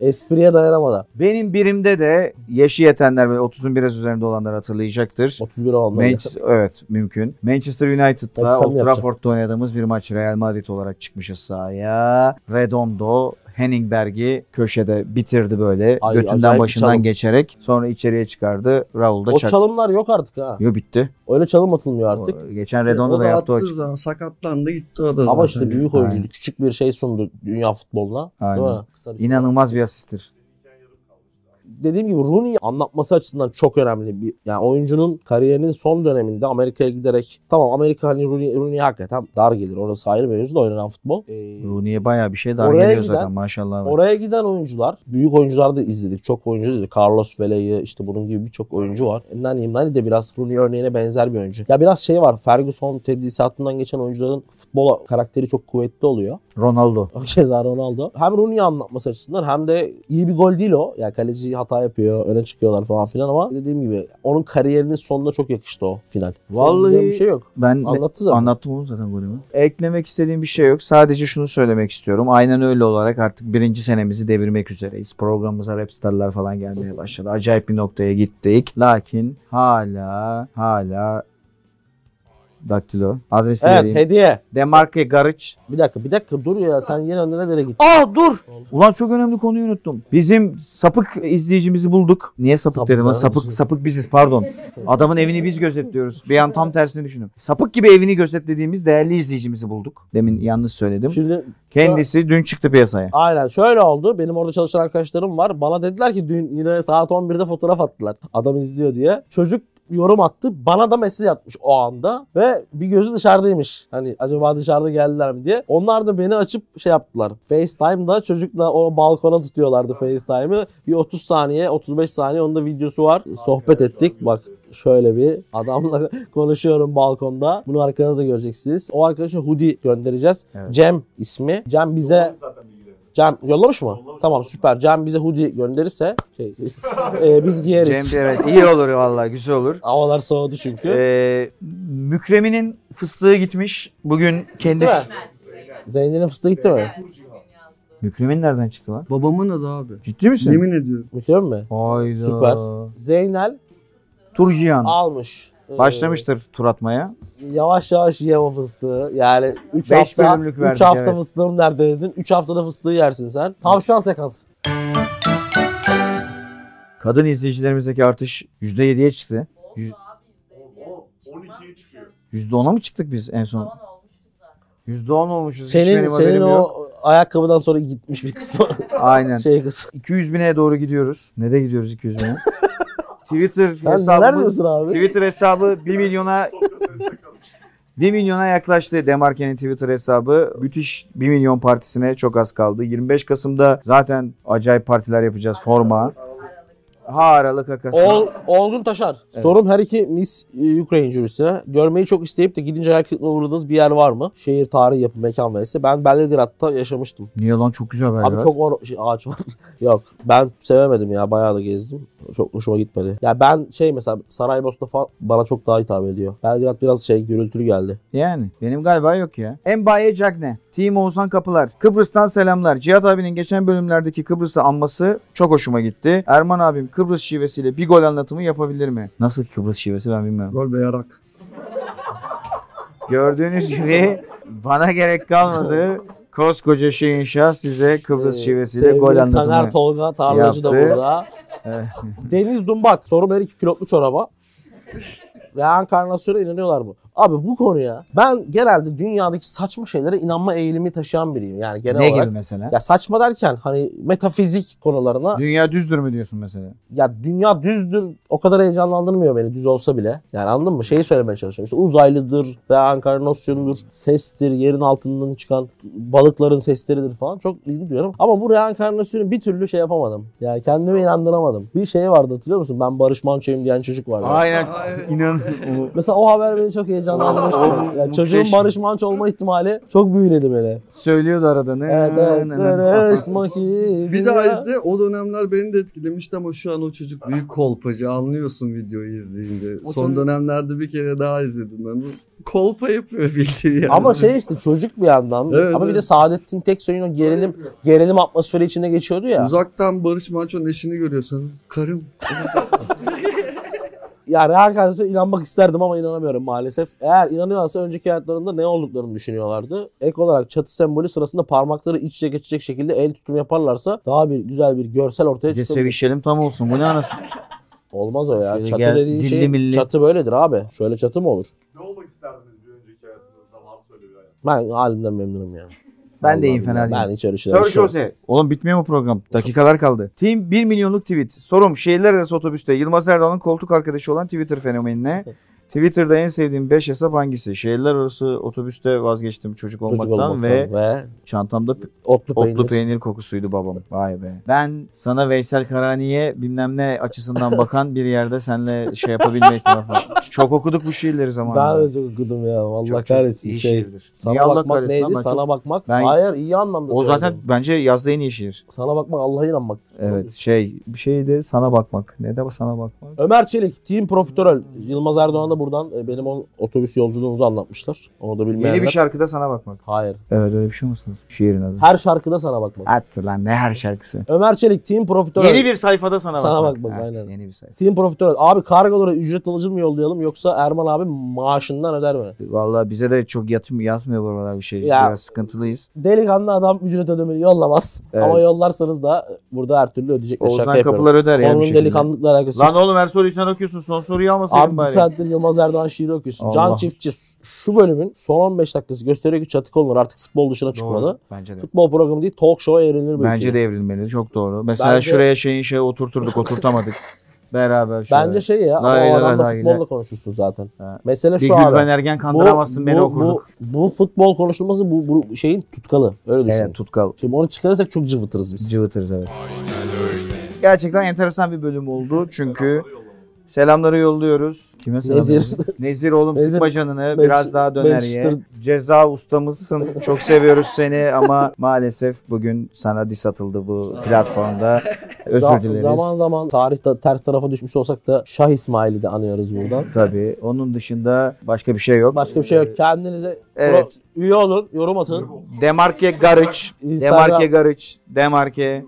espriye dayanamadı. Benim birimde de yaşı yetenler ve 30'un biraz üzerinde olanlar hatırlayacaktır. 31 olanlar. Manchester, evet mümkün. Manchester Tabii United'la sen mi Old yapacaksın? Trafford'da oynadığımız bir maç Real Madrid olarak çıkmışız sahaya. Redondo Henningberg'i köşede bitirdi böyle. Ay, acayip Götünden bir başından çalım. geçerek. Sonra içeriye çıkardı. Raul da O çak. çalımlar yok artık ha. Yo bitti. Öyle çalım atılmıyor artık. O- Geçen Redondo O da da yaptı o attığı zaman sakatlandı gitti o da zaten. Ama işte büyük Aynen. oyuncuydu. Küçük bir şey sundu dünya futboluna. Değil Aynen. mi? Kısa bir- İnanılmaz bir asisttir. Dediğim gibi Rooney anlatması açısından çok önemli. Bir, yani oyuncunun kariyerinin son döneminde Amerika'ya giderek tamam Amerika hani Rooney, Rooney hakikaten dar gelir. Orası ayrı mevzu da oynanan futbol. Ee, Rooney'e bayağı bir şey daha Oraya geliyor giden- zaten maşallah. Oraya giden oyuncular, büyük oyuncular da izledik. Çok oyuncu dedi. Carlos Vele'yi işte bunun gibi birçok oyuncu var. Nani, Nani de biraz Rooney örneğine benzer bir oyuncu. Ya biraz şey var. Ferguson tedrisi hattından geçen oyuncuların futbol karakteri çok kuvvetli oluyor. Ronaldo. Keza Ronaldo. Hem Rooney'i anlatması açısından hem de iyi bir gol değil o. Yani kaleci hata yapıyor, öne çıkıyorlar falan filan ama dediğim gibi onun kariyerinin sonuna çok yakıştı o final. Vallahi- Söyleyeceğim bir şey yok. Ben e, Anlattı zaten. anlattım onu zaten golümü. Eklemek istediğim bir şey yok. Sadece şunu söylemek istiyorum. Aynen öyle olarak artık birinci senemizi devirmek üzereyiz. Programımıza rapstarlar falan gelmeye başladı. Acayip bir noktaya gittik. Lakin hala hala daktilo. Adresi Evet, vereyim. hediye. Demarke Garıç. Bir dakika, bir dakika dur ya. Sen yine nerelere gittin? Aa dur. Ulan çok önemli konuyu unuttum. Bizim sapık izleyicimizi bulduk. Niye sapık, Sapık dedim lan? abi. Sapık sapık biziz pardon. Adamın evini biz gözetliyoruz. Bir an tam tersini düşündüm. Sapık gibi evini gözetlediğimiz değerli izleyicimizi bulduk. Demin yanlış söyledim. Şimdi Kendisi dün çıktı piyasaya. Aynen şöyle oldu. Benim orada çalışan arkadaşlarım var. Bana dediler ki dün yine saat 11'de fotoğraf attılar. Adam izliyor diye. Çocuk yorum attı. Bana da mesaj atmış o anda ve bir gözü dışarıdaymış. Hani acaba dışarıda geldiler mi diye. Onlar da beni açıp şey yaptılar. FaceTime'da çocukla o balkona tutuyorlardı FaceTime'ı. Bir 30 saniye, 35 saniye onun da videosu var. Sohbet ettik. Bak şey şöyle bir adamla konuşuyorum balkonda. Bunu arkada da göreceksiniz. O arkadaşa hoodie göndereceğiz. Evet. Cem ismi. Cem bize Zaten bilgilerini. Cem yollamış mı? Yollamış. Tamam süper. Cem bize hoodie gönderirse şey e, biz giyeriz. Cem evet iyi olur vallahi güzel olur. Havalar soğudu çünkü. Ee, Mükreminin fıstığı gitmiş. Bugün Değil kendisi... mi? Zeynep'in fıstığı gitti mi? Mükremin nereden çıktı lan? Babamın adı abi. Ciddi misin? Yemin ediyorum. Bakıyor musun? Hayda. Süper. Zeynel Turcihan. almış. Ee, Başlamıştır tur atmaya. yavaş yavaş ye o fıstığı. Yani 3 Beş hafta, bölümlük üç verdik, hafta evet. fıstığım nerede dedin. 3 haftada fıstığı yersin sen. Tavşan sekansı. Kadın izleyicilerimizdeki artış %7'ye çıktı. Yüz- O 12'ye çıkıyor. %10'a mı çıktık biz en son? Tavan olmuştu zaten. %10 olmuşuz. hiç Senin, benim senin haberim o yok. ayakkabıdan sonra gitmiş bir kısmı. Aynen. şey kısmı. 200 bine doğru gidiyoruz. Ne de gidiyoruz 200 bine? Twitter Sen neler hesabımız... diyorsun abi? Twitter hesabı 1 milyona Sokrates'te kalmış. 1 milyona yaklaştı Demarke'nin Twitter hesabı. Müthiş 1 milyon partisine çok az kaldı. 25 Kasım'da zaten acayip partiler yapacağız forma. Ha Aralık Akasya. Ol, Olgun Taşar. Sorum her iki Miss e, Ukraine jürisine. Görmeyi çok isteyip de gidince hayal kırıklığına uğradığınız bir yer var mı? Şehir, tarihi, yapı, mekan vs. Ben Belgrad'da yaşamıştım. Niye lan çok güzel haberler. Abi çok or- şey, ağaç var. Yok ben sevemedim ya bayağı da gezdim. Çok hoşuma gitmedi. Ya ben şey mesela Saraybosna falan bana çok daha hitap ediyor. Belgrad biraz şey gürültülü geldi. Yani benim galiba yok ya. Embaye Cagne, Team Oğuzhan Kapılar, Kıbrıs'tan selamlar. Cihat abinin geçen bölümlerdeki Kıbrıs'ı anması çok hoşuma gitti. Erman abim Kıbrıs şivesiyle bir gol anlatımı yapabilir mi? Nasıl Kıbrıs şivesi ben bilmiyorum. Gol be yarak. Gördüğünüz gibi bana gerek kalmadı. Koskoca şey inşa size Kıbrıs Ee, şivesiyle gol sevgili Taner anlatımı. Tolga Tarlacı da yaptı. burada. Evet. Deniz Dumbak. Sorum her iki kilotlu çoraba. Reenkarnasyona inanıyorlar mı? Abi bu konuya ben genelde dünyadaki saçma şeylere inanma eğilimi taşıyan biriyim. Yani genel Ne olarak. gibi mesela? Ya saçma derken hani metafizik konularına Dünya düzdür mü diyorsun mesela? ya dünya düzdür o kadar heyecanlandırmıyor beni düz olsa bile. Yani anladın mı? Şeyi söylemeye çalışıyorum. İşte uzaylıdır, reenkarnasyondur, sestir, yerin altından çıkan balıkların sesleridir falan. Çok ilgi duyuyorum. Ama bu reenkarnasyonu bir türlü şey yapamadım. Yani kendime inandıramadım. Bir şey vardı hatırlıyor musun? Ben Barış Manço'yum diyen çocuk vardı. Aynen. İnan. Mesela o haber beni çok heyecanlandırmıştı. Yani çocuğun muhteşem. Barış Manço olma ihtimali çok büyüledi beni. Söylüyordu arada. Ne, Evet evet. ne, ne, ne. Barış Manço. Bir daha izle. O dönemler beni de etkilemişti ama şu an o çocuk büyük kolpacı. Anlıyorsun videoyu izleyince. O Son tabii. dönemlerde bir kere daha izledim ben. Bu Kolpa yapıyor bildiğin yani. Ama şey işte çocuk bir yandan. Evet, Ama bir evet. de Saadettin Teksoy'un o gerilim gerilim atmosferi içinde geçiyordu ya. Uzaktan Barış Manço'nun eşini görüyorsun. Karım. Ya reenkarnasyona inanmak isterdim ama inanamıyorum maalesef. Eğer inanıyorlarsa önceki hayatlarında ne olduklarını düşünüyorlardı. Ek olarak çatı sembolü sırasında parmakları iç içe geçecek şekilde el tutumu yaparlarsa daha bir güzel bir görsel ortaya Bir de çıkabilir. sevişelim tam olsun. Bu ne anasını? Olmaz o ya. Şöyle çatı gel, dediğin dilli şey milli. çatı böyledir abi. Şöyle çatı mı olur? Ne olmak isterdiniz bir önceki hayatınızda? Var söyle bir hayat. Ben halimden memnunum yani. Ben de iyiyim Vallahi fena billahi. değilim. Ben hiç öyle şeyler Sir düşünmüyorum. Jose. Oğlum bitmiyor mu program? Dakikalar kaldı. Team 1 milyonluk tweet. Sorum şehirler arası otobüste Yılmaz Erdoğan'ın koltuk arkadaşı olan Twitter fenomenine. Twitter'da en sevdiğim 5 hesap hangisi? Şehirler arası otobüste vazgeçtim çocuk olmaktan, Çocuk olmaktan ve ve, ve çantamda p- otlu, otlu peynir. peynir kokusuydu babam. Vay be. Ben sana Veysel Karani'ye bilmem ne açısından bakan bir yerde senle şey yapabilme ihtimali var. Çok okuduk bu şiirleri zamanında. Ben de çok okudum ya. Allah Çok- çok kahretsin iyi şey. şiirdir. Sana Niye Allah bakmak kahretsin lan? neydi? Ben Sana çok- bakmak. Ben- Hayır iyi anlamda O zaten söyledim. bence yazda en iyi şiir. Sana bakmak Allah'a inanmak. Evet şey bir şey de sana bakmak. Ne de sana bakmak. Ömer Çelik, Team Profiterol. Yılmaz Erdoğan da buradan e, benim o otobüs yolculuğumuzu anlatmışlar. Onu da bilmeyenler. Yeni bir şarkıda sana bakmak. Hayır. Evet öyle bir şey olmasın? Şiirin adı. Her şarkıda sana bakmak. Attı lan ne her şarkısı. Ömer Çelik, Team Profiterol. Yeni bir sayfada sana, Sana bakmak. bakmak, Ha, aynen. Yeni bir sayfa. Team Profiterol. Abi kargolara ücret alıcı mı yollayalım yoksa Erman abi maaşından öder mi? Vallahi bize de çok yatmıyor, yatmıyor bu aralar bir şey. Ya. Biraz sıkıntılıyız. Delikanlı adam ücret ödemeli yollamaz. Evet. Ama yollarsanız da burada her türlü ödeyecekler. Şaka Oğuzhan yapıyorum. kapılar öder yani bir Konunun şekilde. delikanlılıkla alakası yok. Lan oğlum her soruyu sen okuyorsun. Son soruyu almasaydın Abi bir bari. saattir Yılmaz Erdoğan şiiri okuyorsun. Allah. Can Çiftçi şu bölümün son 15 dakikası gösteriyor ki çatı konular artık futbol dışına çıkmalı. Doğru. Bence de. Futbol programı değil talk show'a evrilir bu Bence ülke. de evrilmeli. Çok doğru. Mesela Bence- şuraya şeyin şeye oturturduk oturtamadık. Beraber şöyle. Bence şey ya ama La o ilahe adam da la ilahe. futbolla konuşursun zaten. Ha. Mesele bir şu abi. Gülben Ergen kandıramazsın beni okurduk. Bu, bu futbol konuşulması bu, bu şeyin tutkalı. Öyle düşün. Evet tutkal. Şimdi onu çıkarırsak çok cıvıtırız biz. Cıvıtırız evet. Gerçekten enteresan bir bölüm oldu çünkü selamları yolluyoruz. Kime selam Nezir. yolluyoruz? Nezir oğlum Nezir. sıkma canını Ben- biraz daha döner ye. Manchester- Ceza ustamızsın. Çok seviyoruz seni ama maalesef bugün sana dis atıldı bu platformda. Özür Za- dileriz. Zaman zaman tarihte ters tarafa düşmüş olsak da Şah İsmail'i de anıyoruz buradan. Tabii. Onun dışında başka bir şey yok. Başka bir şey yok. Kendinize Evet. pro- üye olun, yorum atın. Demarke Garıç. Instagram- Demarke Garıç. Demarke.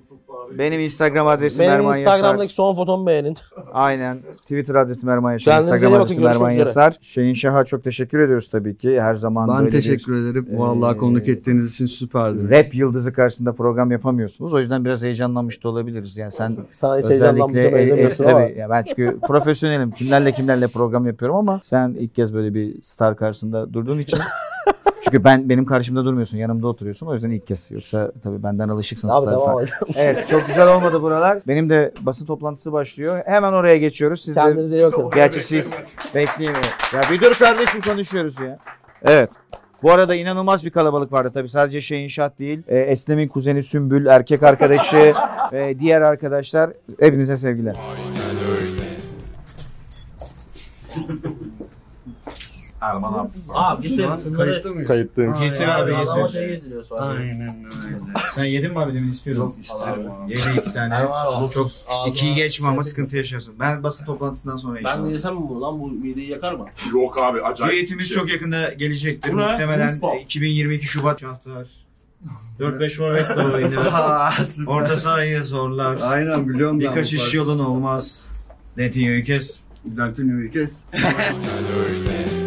Benim Instagram adresim Benim Erman Instagram'daki Yasar. son fotomu beğenin. Aynen. Twitter adresim Erman Yaşar. Kendinize iyi Instagram bakın, adresim görüşmek Erman üzere. Yasar. Şeyin Şah'a çok teşekkür ediyoruz tabii ki. Her zaman Ben böyle teşekkür ederim. Vallahi Ee, konuk ettiğiniz için bir süperdiniz. rap yıldızı karşısında program yapamıyorsunuz. O yüzden biraz heyecanlanmış da olabiliriz. Yani sen Sana hiç özellikle heyecanlanmayacağım e, e, benzemiyorsun ama. tabii. Ya ben çünkü profesyonelim. Kimlerle kimlerle program yapıyorum ama sen ilk kez böyle bir star karşısında durduğun için çünkü ben benim karşımda durmuyorsun. Yanımda oturuyorsun. O yüzden ilk kez. Yoksa tabii benden alışıksın Abi star falan. tamam. Evet çok güzel olmadı buralar. Benim de basın toplantısı başlıyor. Hemen oraya geçiyoruz. Siz de Kendinize iyi bakın. Gerçi siz bekleyin. Ya bir dur kardeşim konuşuyoruz ya. Evet. Bu arada inanılmaz bir kalabalık vardı tabii. Sadece şey inşaat değil. Ee, Eslem'in kuzeni Sümbül, erkek arkadaşı, e, diğer arkadaşlar. Hepinize sevgiler. Erman abi. Abi şey gidelim. Kayıtta mıyız? Kayıttayım. Getir abi Adama getir. şey getiriyor sonra. Aynen öyle. Sen yedin mi abi demin istiyorum. Yok isterim. Yedi iki Ben tane. var ama. Çok Ağzına- ikiyi geçme ama sıkıntı yaşarsın. Ben basın toplantısından sonra Ben de yaşarım. yesem mi bu lan? Bu mideyi yakar mı? Yok abi Bu acayip eğitimimiz çok yakında gelecektir. Bu ne? Baseball. Muhtemelen 2022 Şubat Şahtar. 4-5 forvet doğru iner. Aa, Orta sahaya zorlar. Aynen biliyorum ben. Birkaç bu iş parçayı. yolun olmaz. Netin Yükes. Deltun Ülkes. Aynen öyle.